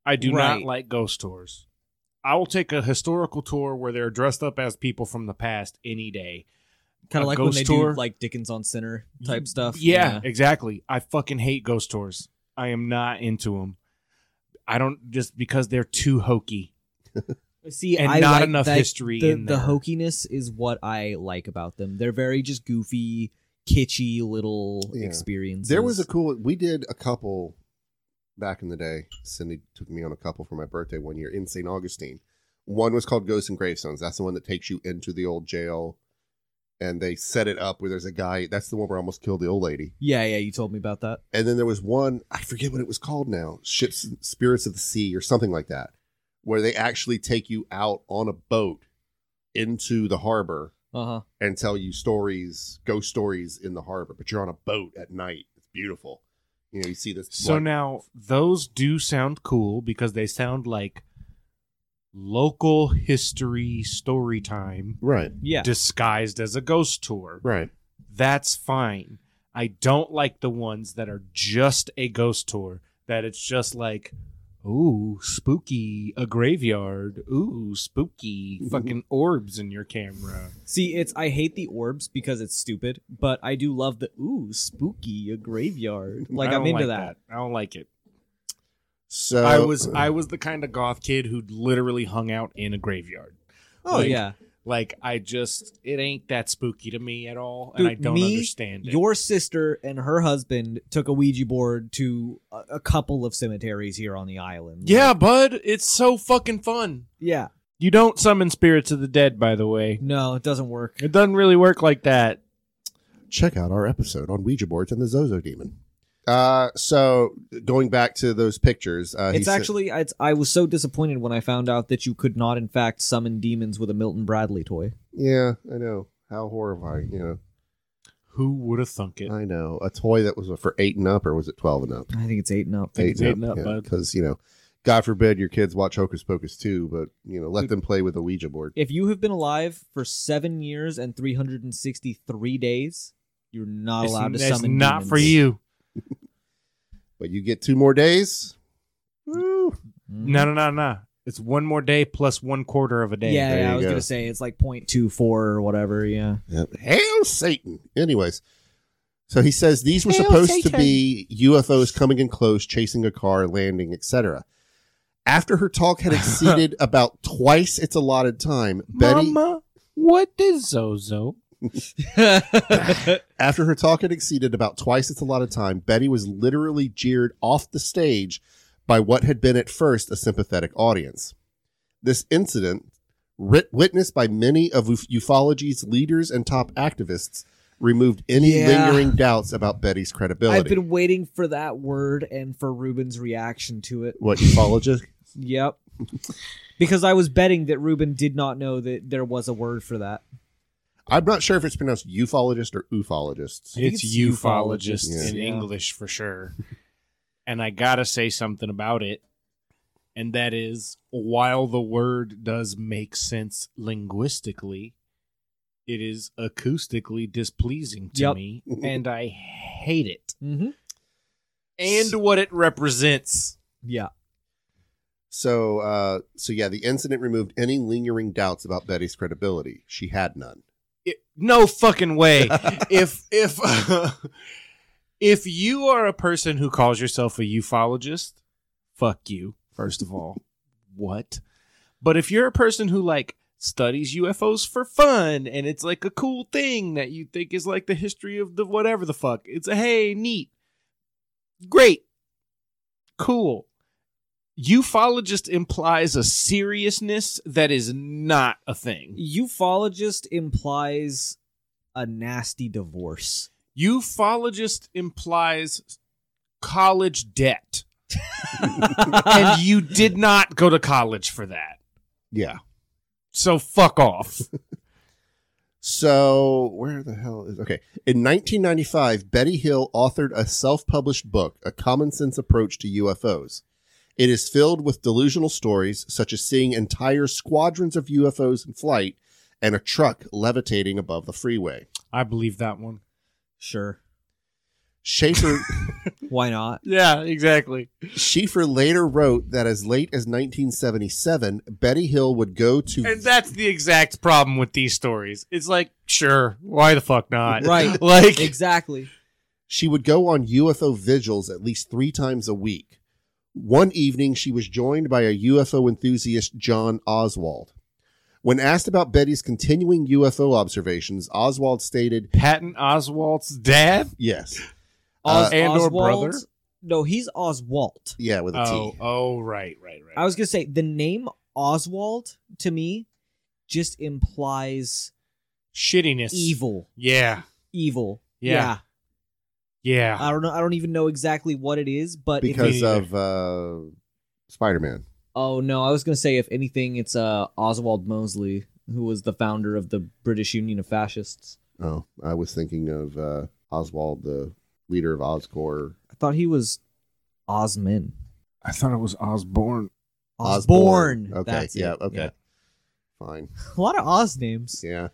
F: I do
E: Right.
F: not like ghost tours. I will take a historical tour where they're dressed up as people from the past any day.
E: Kind of
F: A
E: like when
F: ghost
E: they
F: tour?
E: do like Dickens on Center type stuff.
F: Yeah, exactly. I fucking hate ghost tours. I am not into them. I don't just because they're too hokey
E: See,
F: and
E: I
F: not
E: like
F: enough
E: that-
F: history
E: The,
F: in
E: the
F: there.
E: hokiness is what I like about them. They're very just goofy, kitschy little
D: Yeah.
E: experiences.
D: There was a cool. We did a couple back in the day. Cindy took me on a couple for my birthday one year in St. Augustine. One was called Ghosts and Gravestones. That's the one that takes you into the old jail, and they set it up where there's a guy. That's the one where I almost killed the old lady.
E: yeah, yeah. You told me about that.
D: And then there was one I forget what it was called now. Ships, Spirits of the Sea, or something like that, where they actually take you out on a boat into the harbor
E: Uh huh.
D: and tell you stories, ghost stories in the harbor. But you're on a boat at night. It's beautiful. You know, you see this.
F: So
D: like,
F: now those do sound cool because they sound like local history story time
D: Right.
E: Yeah.
F: disguised as a ghost tour.
D: Right.
F: that's fine. I don't like the ones that are just a ghost tour, that it's just like, ooh, spooky, a graveyard, ooh, spooky,
E: Mm-hmm.
F: fucking orbs in your camera.
E: See, it's I hate the orbs because it's stupid, but I do love the ooh spooky a graveyard. Like
F: I
E: I'm
F: don't
E: into
F: like
E: that. Uh,
F: I don't like it.
D: So
F: I was I was the kind of goth kid who literally hung out in a graveyard.
E: Oh
F: Like,
E: yeah,
F: Like I just it ain't that spooky to me at all, and I
E: Dude,
F: don't
E: me,
F: understand it.
E: your sister and her husband took a Ouija board to a, a couple of cemeteries here on the island.
F: yeah,
E: Like,
F: bud, it's so fucking fun.
E: yeah.
F: You don't summon spirits of the dead, by the way.
E: No, it doesn't work.
F: It doesn't really work like that.
D: check out our episode on Ouija boards and the Zozo demon. Uh, so going back to those pictures, uh, he
E: it's
D: said-
E: actually it's, I was so disappointed when I found out that you could not in fact summon demons with a Milton Bradley toy.
D: yeah, I know how horrifying. You
F: Who would have thunk it?
D: know, I know a toy that was for eight and up, or was it twelve and up?
E: I think it's eight and up.
D: Eight,
F: eight and up, bud.
D: because you know, God forbid your kids watch Hocus Pocus too, but you know, let them play with a Ouija board.
E: If you have been alive for seven years and 363 days, you're not
F: It's-
E: allowed to
F: it's
E: summon
F: not
E: demons.
F: for you.
D: But you get two more days. Woo.
E: Mm.
F: Mm-hmm. No, no, no, no. It's one more day plus one quarter of a day.
E: yeah,
D: There
E: yeah, I
D: you
E: was
D: go.
E: gonna say it's like 0.24 or whatever. Yeah,
D: Yep. Hail Satan. Anyways, so he says these were supposed to be UFOs coming in close, chasing a car, landing, etc. After her talk had exceeded about twice its allotted time, Betty
F: Mama, what is Zozo?
D: after her talk had exceeded about twice its allotted time, Betty was literally jeered off the stage by what had been at first a sympathetic audience. This incident, writ- witnessed by many of uf- ufology's leaders and top activists, removed any
E: Yeah.
D: lingering doubts about Betty's credibility.
E: I've been waiting for that word and for Ruben's reaction to it.
D: what ufologist?
E: Yep, because I was betting that Ruben did not know that there was a word for that.
D: I'm not sure if it's pronounced ufologist or ufologists.
F: It's,
E: it's
F: ufologist
D: ufologist.
F: in
E: Yeah.
F: English for sure. and I gotta say something about it. And that is while the word does make sense linguistically, it is acoustically displeasing to
E: Yep.
F: me. And I hate it.
E: Mm-hmm.
F: And what it represents.
E: Yeah,
D: So, uh, so yeah, the incident removed any lingering doubts about Betty's credibility. She had none.
F: it, no fucking way. if if if you are a person who calls yourself a ufologist, fuck you. First of all, what? But if you're a person who like studies UFOs for fun and it's like a cool thing that you think is like the history of the whatever the fuck, it's a hey neat, great, cool. Ufologist implies a seriousness that is not a thing.
E: ufologist implies a nasty divorce.
F: Ufologist implies college debt.
E: and
F: and you did not go to college for that.
D: Yeah.
F: So fuck off.
D: So where the hell is okay? In 1995, Betty Hill authored a self-published book, A Common Sense Approach to UFOs. It is filled with delusional stories such as seeing entire squadrons of UFOs in flight and a truck levitating above the freeway.
F: I believe that one.
E: sure,
D: Schaefer
E: why not?
F: Yeah, exactly.
D: Schaefer later wrote that as late as 1977, Betty Hill would go to
F: And that's the exact problem with these stories. It's like, sure, why the fuck not?
E: Right.
F: Like
E: Exactly.
D: She would go on UFO vigils at least three times a week. One evening, she was joined by a UFO enthusiast, John Oswald. When asked about Betty's continuing UFO observations, Oswald stated,
F: Patton Oswald's dad?
D: Yes.
E: Os-
F: Uh, and or brother?
E: No, he's Oswald.
D: Yeah, with a T.
F: Oh, oh, right, right, right.
E: I was gonna say the name Oswald to me just implies
F: shittiness.
E: evil.
F: Yeah.
E: Evil.
F: Yeah. Yeah.
E: I don't know. I don't even know exactly what it is, but if
D: Because
F: Me
D: of
F: neither.
D: uh, Spider Man.
E: Oh no, I was gonna say if anything, it's uh Oswald Mosley, who was the founder of the British Union of Fascists.
D: Oh, I was thinking of uh, Oswald, the leader of Oscorp.
E: I thought he was Osman.
H: I thought it was Osborne.
E: Osborne.
D: Okay.
E: That's it.
D: yeah. Okay. Fine.
E: A lot of Oz names.
D: Yeah.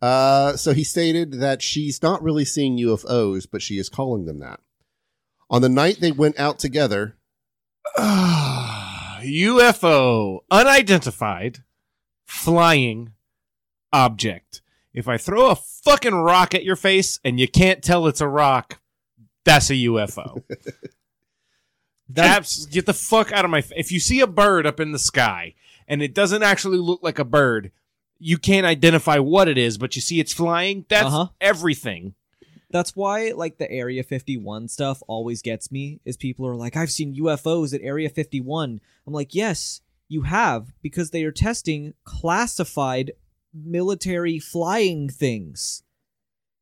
D: Uh, so he stated that she's not really seeing UFOs, but she is calling them that. On the night they went out together,
F: UFO, unidentified flying object. If I throw a fucking rock at your face and you can't tell it's a rock, that's a UFO. That's get the fuck out of my. F- if you see a bird up in the sky and it doesn't actually look like a bird, you can't identify what it is, but you see it's flying. That's
E: Uh-huh.
F: everything.
E: That's why like the Area 51 stuff always gets me is people are like, I've seen UFOs at Area 51. I'm like, yes, you have, because they are testing classified military flying things.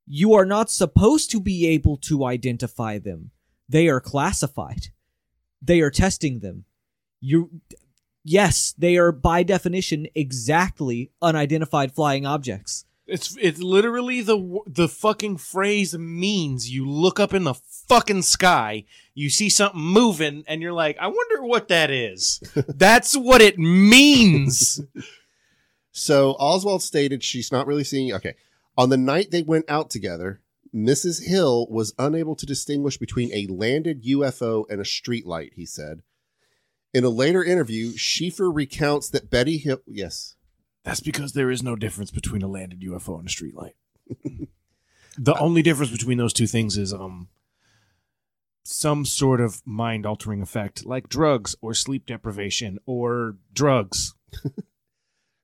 E: You are not supposed to be able to identify them. They are classified. They are testing them. You yes, they are by definition exactly unidentified flying objects.
F: It's it's literally the w- the fucking phrase means you look up in the fucking sky, you see something moving, and you're like, I wonder what that is. That's what it means.
D: so Oswald stated she's not really seeing. Okay. On the night they went out together, Mrs. Hill was unable to distinguish between a landed UFO and a streetlight, he said. In a later interview, Schieffer recounts that Betty Hill. Yes.
H: That's because there is no difference between a landed UFO and a streetlight. the only difference between those two things is um some sort of mind altering effect like drugs or sleep deprivation or drugs.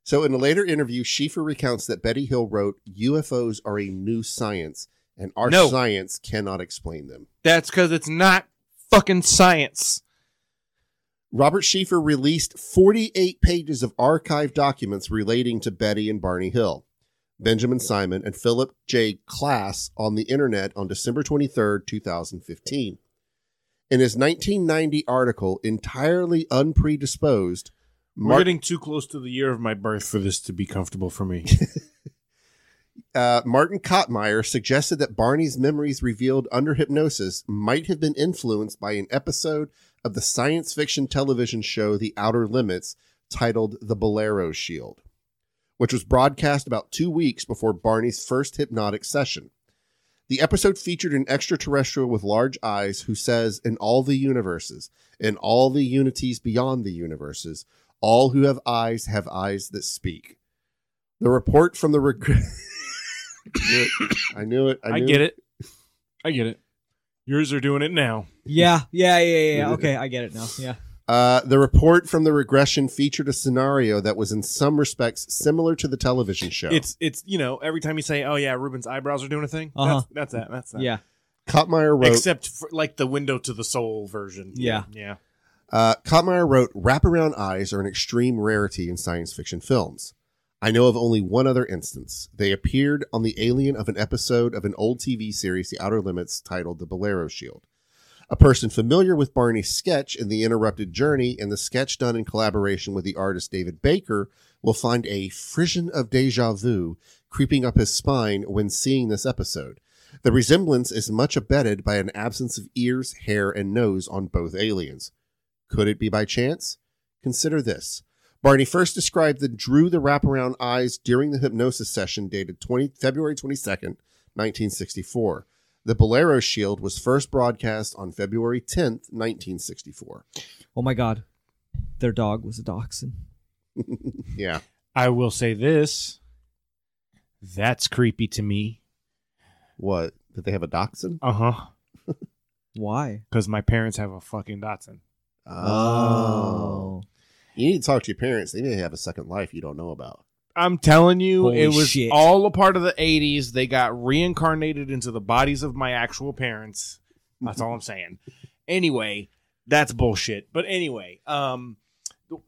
D: So, in a later interview, Schieffer recounts that Betty Hill wrote, UFOs are a new science, and our
F: No.
D: science cannot explain them.
F: That's because it's not fucking science.
D: Robert Schieffer released 48 pages of archived documents relating to Betty and Barney Hill, Benjamin Simon, and Philip J. Class on the internet on December 23, 2015. In his 1990 article, entirely unpredisposed,
F: We're
D: Mark,
F: getting too close to the year of my birth for this to be comfortable for me.
D: uh, Martin Kottmeyer suggested that Barney's memories revealed under hypnosis might have been influenced by an episode of the science fiction television show The Outer Limits titled The Bolero Shield, which was broadcast about two weeks before Barney's first hypnotic session. The episode featured an extraterrestrial with large eyes who says, In all the universes, in all the unities beyond the universes, all who have eyes have eyes that speak. The report from the regret. I knew it. I, knew
F: I get it. I get it. Yours are doing it now.
E: Yeah, yeah, yeah, yeah. yeah. Okay, I get it now. Yeah.
D: Uh, the report from the regression featured a scenario that was in some respects similar to the television show.
F: It's it's you know every time you say, oh yeah, Ruben's eyebrows are doing a thing.
E: Uh-huh.
F: That's, that's that. That's that.
E: Yeah.
D: Kottmeyer wrote.
F: except for, like the window to the soul version.
E: Yeah.
F: yeah.
D: Uh, Kottmeyer wrote, wraparound eyes are an extreme rarity in science fiction films. I know of only one other instance. They appeared on the alien of an episode of an old TV series, The Outer Limits, titled The Bolero Shield. A person familiar with Barney's sketch in The Interrupted Journey and the sketch done in collaboration with the artist David Baker will find a frisson of deja vu creeping up his spine when seeing this episode. The resemblance is much abetted by an absence of ears, hair, and nose on both aliens. Could it be by chance? Consider this. Barney first described the drew the wraparound eyes during the hypnosis session dated 20, February 22nd, 1964. The Bolero Shield was first broadcast on February 10th, 1964.
E: Oh my god. Their dog was a dachshund.
D: Yeah.
F: I will say this. That's creepy to me.
D: What? Did they have a dachshund?
F: Uh huh.
E: Why?
F: Because my parents have a fucking Datsun.
D: Oh. You need to talk to your parents. They may have a second life you don't know about.
F: I'm telling you,
E: Holy
F: it was
E: shit.
F: all a part of the 80s. They got reincarnated into the bodies of my actual parents. That's all I'm saying. Anyway, that's bullshit. But anyway, um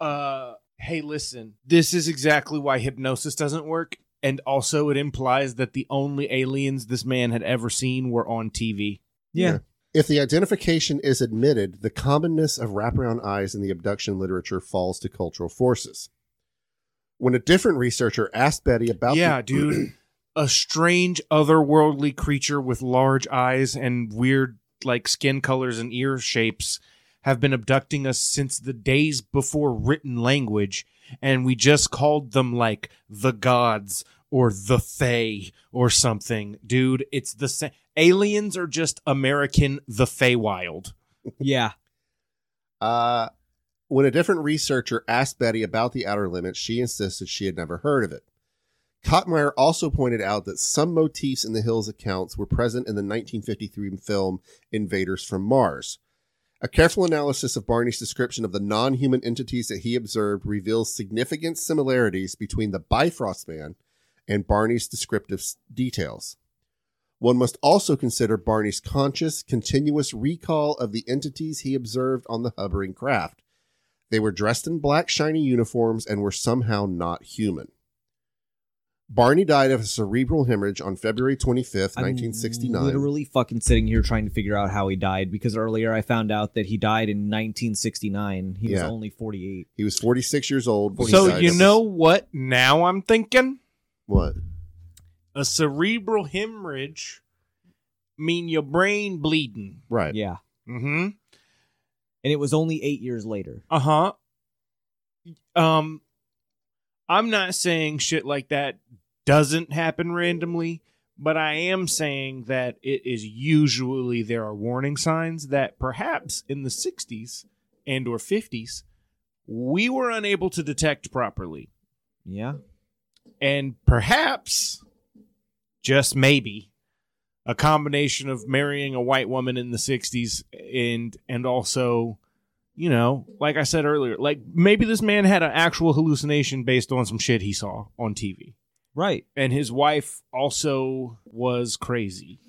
F: uh hey, listen. This is exactly why hypnosis doesn't work and also it implies that the only aliens this man had ever seen were on TV.
E: Yeah.
D: If the identification is admitted, the commonness of wraparound eyes in the abduction literature falls to cultural forces. When a different researcher asked Betty about the-
F: Yeah, dude. a strange otherworldly creature with large eyes and weird like skin colors and ear shapes have been abducting us since the days before written language and we just called them like the gods or the fae or something dude it's the same aliens are just american the fae wild
E: Yeah.
D: Uh, when a different researcher asked Betty about the outer limits, she insisted she had never heard of it. Kottmeyer also pointed out that some motifs in the Hills accounts were present in the 1953 film Invaders from Mars. A careful analysis of Barney's description of the non human entities that he observed reveals significant similarities between the Bifrost Man and Barney's descriptive s- details. One must also consider Barney's conscious, continuous recall of the entities he observed on the hovering craft. They were dressed in black, shiny uniforms and were somehow not human. Barney died of a cerebral hemorrhage on February 25th,
E: I'm
D: 1969.
E: Literally fucking sitting here trying to figure out how he died because earlier I found out that he died in 1969. He
D: Yeah.
E: was only 48.
D: He was 46 years old. when he
F: so
D: died
F: you
D: of-
F: know what now i'm thinking
D: what?
F: a cerebral hemorrhage mean your brain bleeding
D: Right.
E: Yeah.
F: mm-hmm
E: And it was only 8 years later.
F: Uh huh. Um, I'm not saying shit like that doesn't happen randomly, but I am saying that it is usually there are warning signs that perhaps in the 60s and or 50s we were unable to detect properly,
E: Yeah.
F: and perhaps just maybe a combination of marrying a white woman in the 60s and and also you know, like I said earlier, like maybe this man had an actual hallucination based on some shit he saw on TV.
E: Right.
F: And his wife also was crazy.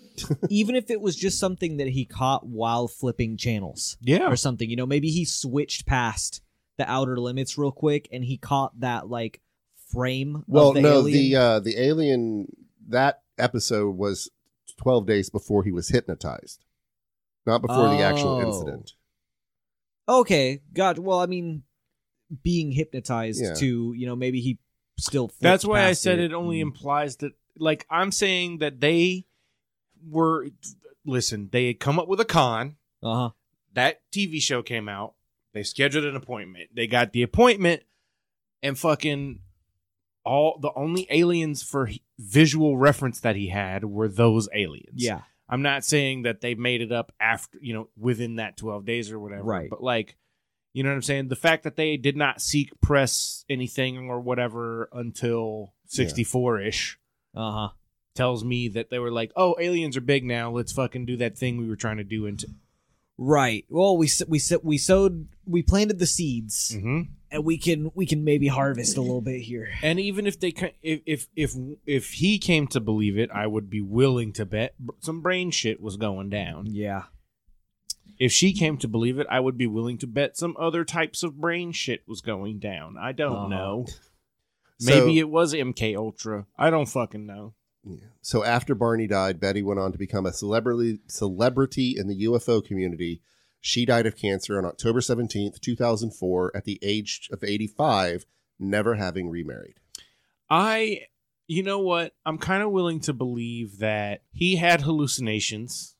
E: Even if it was just something that he caught while flipping channels.
F: Yeah.
E: or something. You know, maybe he switched past the outer limits real quick and he caught that like frame.
D: Well,
E: of the
D: no,
E: alien.
D: the uh, the alien that episode was 12 days before he was hypnotized, not before the actual
E: Oh.
D: incident.
E: okay, God. Well, I mean, being hypnotized
D: Yeah.
E: to you know maybe he still. flipped
F: That's why I
E: past Mm.
F: said it only implies that, like, I'm saying that they were, listen, they had come up with a con.
E: Uh huh.
F: That TV show came out. They scheduled an appointment. They got the appointment, and fucking all the only aliens for he- visual reference that he had were those aliens.
E: Yeah.
F: I'm not saying that they made it up after, you know, within that 12 days or whatever.
E: Right.
F: But like, you know what I'm saying? The fact that they did not seek press anything or whatever until 64 ish
E: Uh huh.
F: tells me that they were like, oh, aliens are big now. Let's fucking do that thing we were trying to do. Into-
E: Right. Well, we s- we s- we sowed we planted the seeds
F: mm-hmm.
E: and we can we can maybe harvest a little bit here.
F: And even if they, ca- if, if, if, if he came to believe it, I would be willing to bet b- some brain shit was going down.
E: Yeah.
F: If she came to believe it, I would be willing to bet some other types of brain shit was going down. I don't
E: Uh-huh.
F: know. Maybe
D: So-
F: it was MK Ultra. I don't fucking know.
D: Yeah. So after Barney died, Betty went on to become a celebrity celebrity in the UFO community. She died of cancer on October 17th, 2004 at the age of 85, never having remarried.
F: I, you know what? I'm kind of willing to believe that he had hallucinations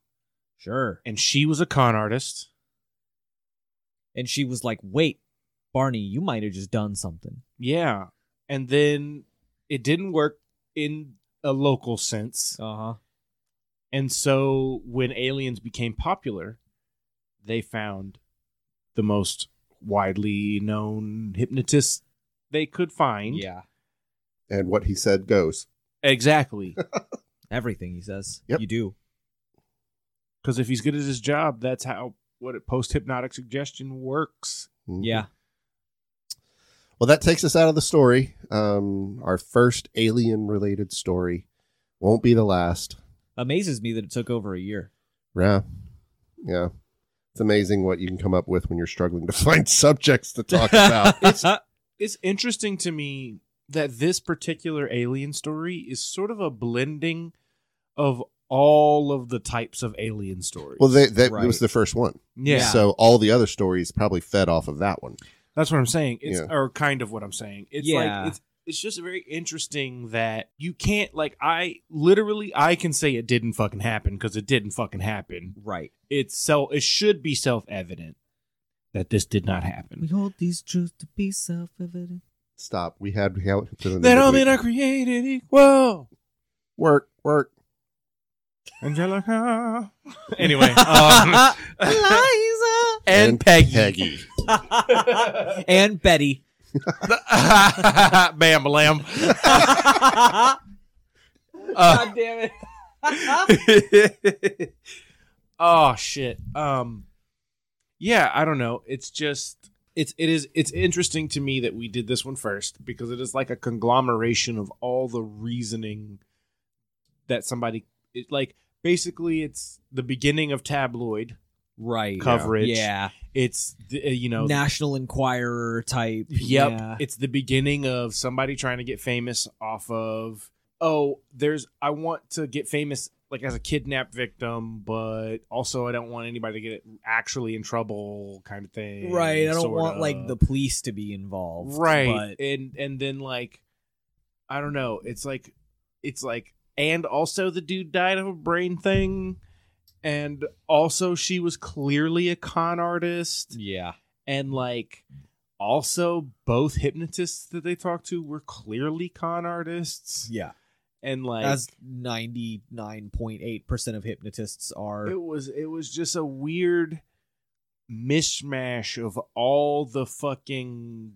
I: Sure.
F: and she was a con artist.
E: And she was like, wait, Barney, you might have just done something.
F: Yeah. And then it didn't work in a local sense.
E: Uh huh.
F: And so when aliens became popular, they found the most widely known hypnotist they could find.
E: Yeah.
D: And what he said goes.
F: Exactly.
E: Everything he says,
D: Yep.
E: you do.
F: Because if he's good at his job, that's how what post hypnotic suggestion works.
D: Mhm.
E: Yeah.
D: Well, that takes us out of the story. Um, our first alien related story won't be the last.
E: Amazes me that it took over a year.
D: Yeah. Yeah. It's amazing what you can come up with when you're struggling to find subjects to talk about.
F: It's it's interesting to me that this particular alien story is sort of a blending of all of the types of alien stories.
D: well, they, that
E: Right.
D: was the first one.
F: yeah.
D: So all the other stories probably fed off of that one.
F: That's what I'm saying. It's
D: Yeah.
F: or kind of what I'm saying. It's
E: Yeah.
F: like it's it's just very interesting that you can't like I literally I can say it didn't fucking happen because it didn't fucking happen.
E: Right.
F: It's so it should be self evident that this did not happen.
E: hold these truths to be self evident.
D: Stop. We had we had to the
F: That all
D: we-
F: men are created equal.
D: work work.
F: Angelica. anyway, um,
E: Eliza!
F: and Peggy.
D: Peggy.
E: and Betty.
F: Bam, lamb.
E: God
F: Uh,
E: damn it.
F: oh shit. Um yeah, I don't know. It's just it's it is it's interesting to me that we did this one first because it is like a conglomeration of all the reasoning that somebody it like basically it's the beginning of tabloid
E: Right.
F: coverage.
E: Yeah.
F: It's the, uh, you know
E: National Enquirer type.
F: Yep.
E: Yeah.
F: It's the beginning of somebody trying to get famous off of, oh, there's, I want to get famous like as a kidnap victim, but also I don't want anybody to get actually in trouble kind of thing.
E: Right. I don't
F: sorta.
E: want like the police to be involved.
F: right.
E: But
F: And, and then like, I don't know. It's like, it's like, and also the dude died of a brain thing. And also she was clearly a con artist
E: yeah.
F: and like also both hypnotists that they talked to were clearly con artists
E: Yeah.
F: and like
E: As 99.8% of hypnotists are.
F: it was it was just a weird mishmash of all the fucking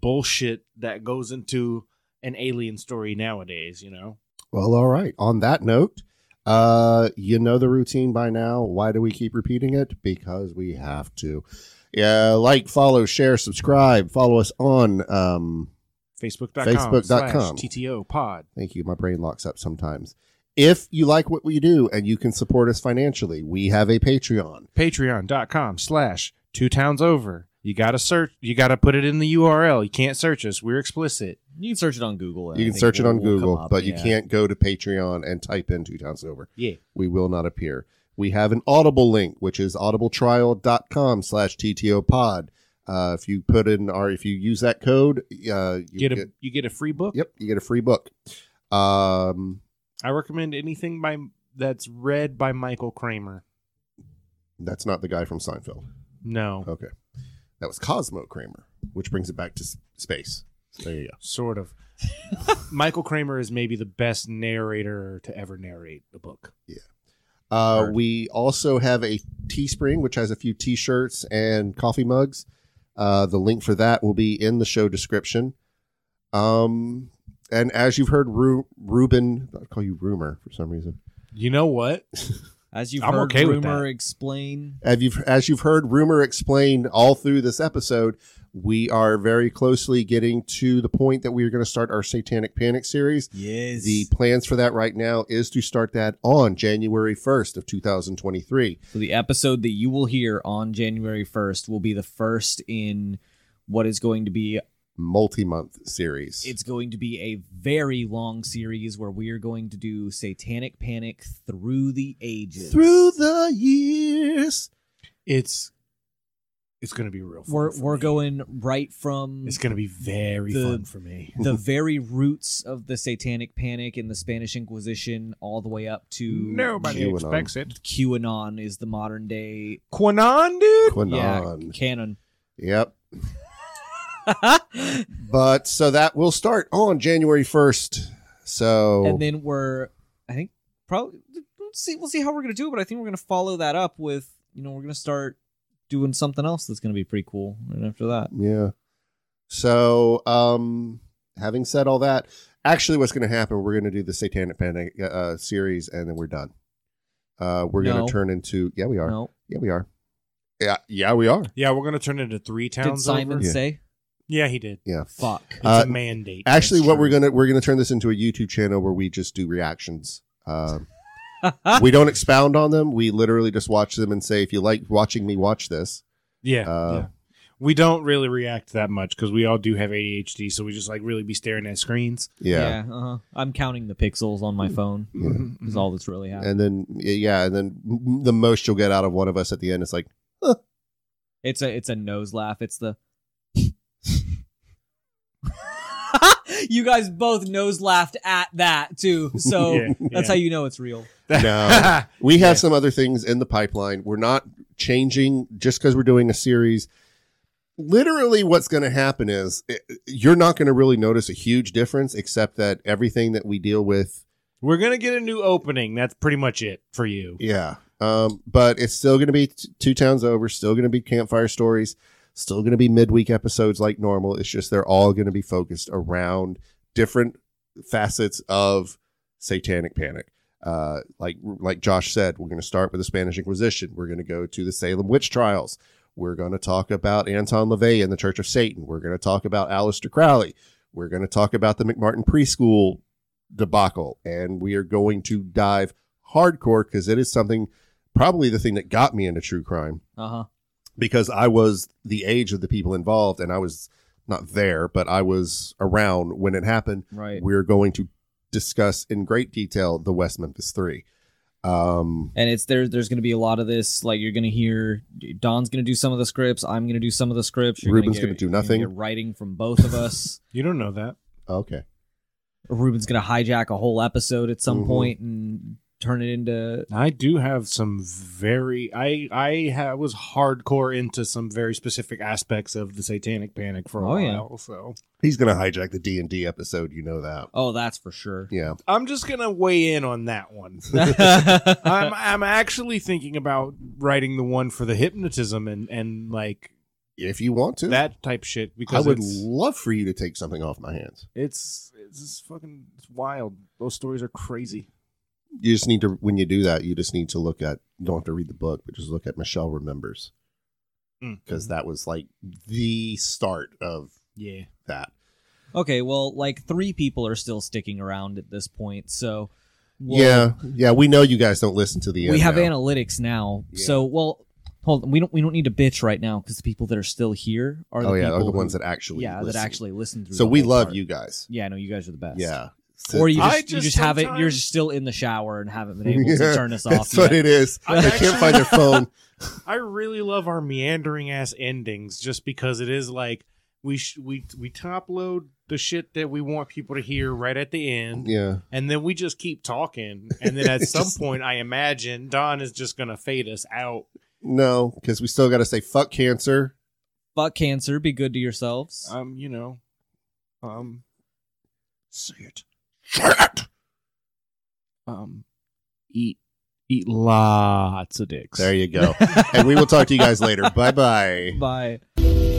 F: bullshit that goes into an alien story nowadays you know
D: Well, all right. On that note, uh, you know the routine by now. Why do we keep repeating it? Because we have to. Yeah, like, follow, share, subscribe. Follow us on. Um,
F: facebook.com
D: Facebook.com.
F: slash tto pod
D: thank you. My brain locks up sometimes. If you like what we do and you can support us financially, we have a Patreon.
F: patreon.com slash two towns over you gotta search you gotta put it in the url you can't search us we're explicit
E: You can search it on Google. and
D: You
E: I
D: can
E: think
D: search it
E: we'll-
D: on
E: we'll come
D: Google,
E: up,
D: but you
E: yeah.
D: can't go to Patreon and type in two towns over.
F: yeah
D: we will not appear. We have an Audible link, which is audibletrial.com slash TTO pod. Uh, if you put in our, if you use that code, uh, you
F: get a you get a free book
D: yep, you get a free book. Um,
F: I recommend anything by that's read by Michael Kramer.
D: that's not the guy from Seinfeld.
F: No,
D: Okay. That was Cosmo Kramer, which brings it back to s- space. There you go.
F: sort of. Michael Kramer is maybe the best narrator to ever narrate a book.
D: Uh, we also have a Teespring, which has a few T-shirts and coffee mugs. Uh, the link for that will be in the show description. Um, and as you've heard, Ru- Ruben, I call you Rumor for some reason.
F: You know what?
E: As you've
F: I'm
E: heard
F: okay with
E: rumor
F: that.
E: explain.
D: As you've, as you've heard, Rumor explained all through this episode. We are very closely getting to the point that we are going to start our Satanic Panic series.
I: Yes.
D: The plans for that right now is to start that on January 1st of 2023.
I: so the episode that you will hear on January 1st will be the first in what is going to be
D: multi-month series.
E: It's going to be a very long series where we are going to do Satanic Panic through the ages.
D: through the years.
F: It's it's gonna be real. Fun
E: we're
F: for
E: we're
F: me.
E: going right from
F: It's gonna be very
E: The-
F: fun for me.
E: the very roots of the Satanic Panic and the Spanish Inquisition all the way up to
J: Nobody
D: QAnon.
J: expects it.
E: QAnon is the modern day
J: Quanon, dude.
E: yeah,
D: Quanon.
E: canon.
D: Yep. But so that will start on January 1st. So
E: and then we're I think probably we'll see we'll see how we're gonna do it, but I think we're gonna follow that up with you know we're gonna start doing something else that's gonna be pretty cool right after that.
D: Yeah. So, um, having said all that, actually, what's going to happen? We're going to do the Satanic Panic uh, uh, series, and then we're done. Uh, we're
E: No.
D: going to turn into yeah, we are.
E: No,
D: Yeah, we are. Yeah, yeah, we are.
F: Yeah, we're gonna turn into three
E: did
F: towns.
E: Simon
F: over.
D: Yeah.
E: say
F: Yeah, he did.
D: Yeah.
E: fuck?
F: It's
D: Uh,
F: a mandate.
D: Actually,
F: That's
D: what
F: true.
D: we're gonna we're gonna turn this into a YouTube channel where we just do reactions. Um, we don't expound on them. We literally just watch them and say, if you like watching me watch this,
F: yeah,
D: uh,
F: yeah. we don't really react that much because we all do have ADHD, so we just like really be staring at screens.
D: yeah.
E: uh-huh. I'm counting the pixels on my phone. Is all that's really happening.
D: Mm-hmm. And then yeah, and then the most you'll get out of one of us at the end is like,
E: It's a it's a nose laugh. It's the you guys both nose laughed at that too. So
F: Yeah,
E: that's
F: yeah.
E: how you know it's real.
D: no. We
F: Yeah.
D: have some other things in the pipeline. We're not changing just because we're doing a series. Literally, what's going to happen is it, you're not going to really notice a huge difference, except that everything that we deal with,
F: We're gonna get a new opening. That's pretty much it for you.
D: yeah. Um, but it's still going to be t- two towns over, still going to be campfire stories, still going to be midweek episodes like normal. It's just they're all going to be focused around different facets of satanic panic. Uh, like like Josh said, we're going to start with the Spanish Inquisition. We're going to go to the Salem witch trials. We're going to talk about Anton LaVey and the Church of Satan. We're going to talk about Aleister Crowley. We're going to talk about the McMartin preschool debacle, and we are going to dive hardcore because it is something probably the thing that got me into true crime
E: Uh huh.
D: because I was the age of the people involved and I was not there, but I was around when it happened
E: Right.
D: we're going to discuss in great detail the West Memphis Three. Um,
E: and it's there there's going to be a lot of this like you're going to hear don's going to do some of the scripts i'm going to do some of the scripts
D: Ruben's
E: going
D: gonna do nothing.
E: you're writing from both of us
F: You don't know that.
D: okay,
E: ruben's going to hijack a whole episode at some
D: Mhm.
E: point and turn it into
F: I do have some very I I ha- was hardcore into some very specific aspects of the Satanic Panic for a
E: Oh,
F: while.
E: yeah.
F: So
D: he's going to hijack the D and D episode. You know that.
E: oh that's for sure
D: Yeah,
F: I'm just gonna weigh in on that one. I'm I'm actually thinking about writing the one for the hypnotism and and like
D: if you want to,
F: that type shit
D: I
F: because
D: would
F: it's,
D: love for you to take something off my hands.
F: it's it's just fucking it's wild. Those stories are crazy.
D: You just need to when you do that, you just need to look at. You don't have to read the book, but just look at Michelle remembers
E: Hmm.
D: because that was like the start of
F: yeah.
D: that.
E: okay well like three people are still sticking around at this point so we'll-
D: yeah, yeah. We know you guys don't listen to the.
E: we
D: end
E: have
D: now.
E: analytics now
D: Yeah.
E: so well hold on we don't we don't need to bitch right now because the people that are still here are the
D: Oh yeah,
E: people
D: are the ones
E: who,
D: that actually.
E: yeah
D: listen.
E: that actually listen through
D: So
E: the
D: we
E: whole
D: love
E: part.
D: you guys.
E: Yeah, no, you guys are the best.
D: Yeah.
E: Or you just,
F: I
E: you
F: just
E: just have it. You're
F: sometimes-
E: just still in the shower and haven't been able to
D: Yeah,
E: turn us off.
D: That's what
E: yet.
D: it is.
F: I
D: they can't find their phone.
F: I really love our meandering ass endings just because it is like we sh- we we top load the shit that we want people to hear right at the end
D: Yeah.
F: and then we just keep talking and then at
D: Just-
F: some point I imagine Don is just going to fade us out.
D: No, because we still got to say fuck cancer.
E: Fuck cancer. Be good to yourselves.
F: Um, you know. Um say it. Um eat eat lots of dicks.
D: There you go. and we will talk to you guys later. Bye bye.
E: Bye.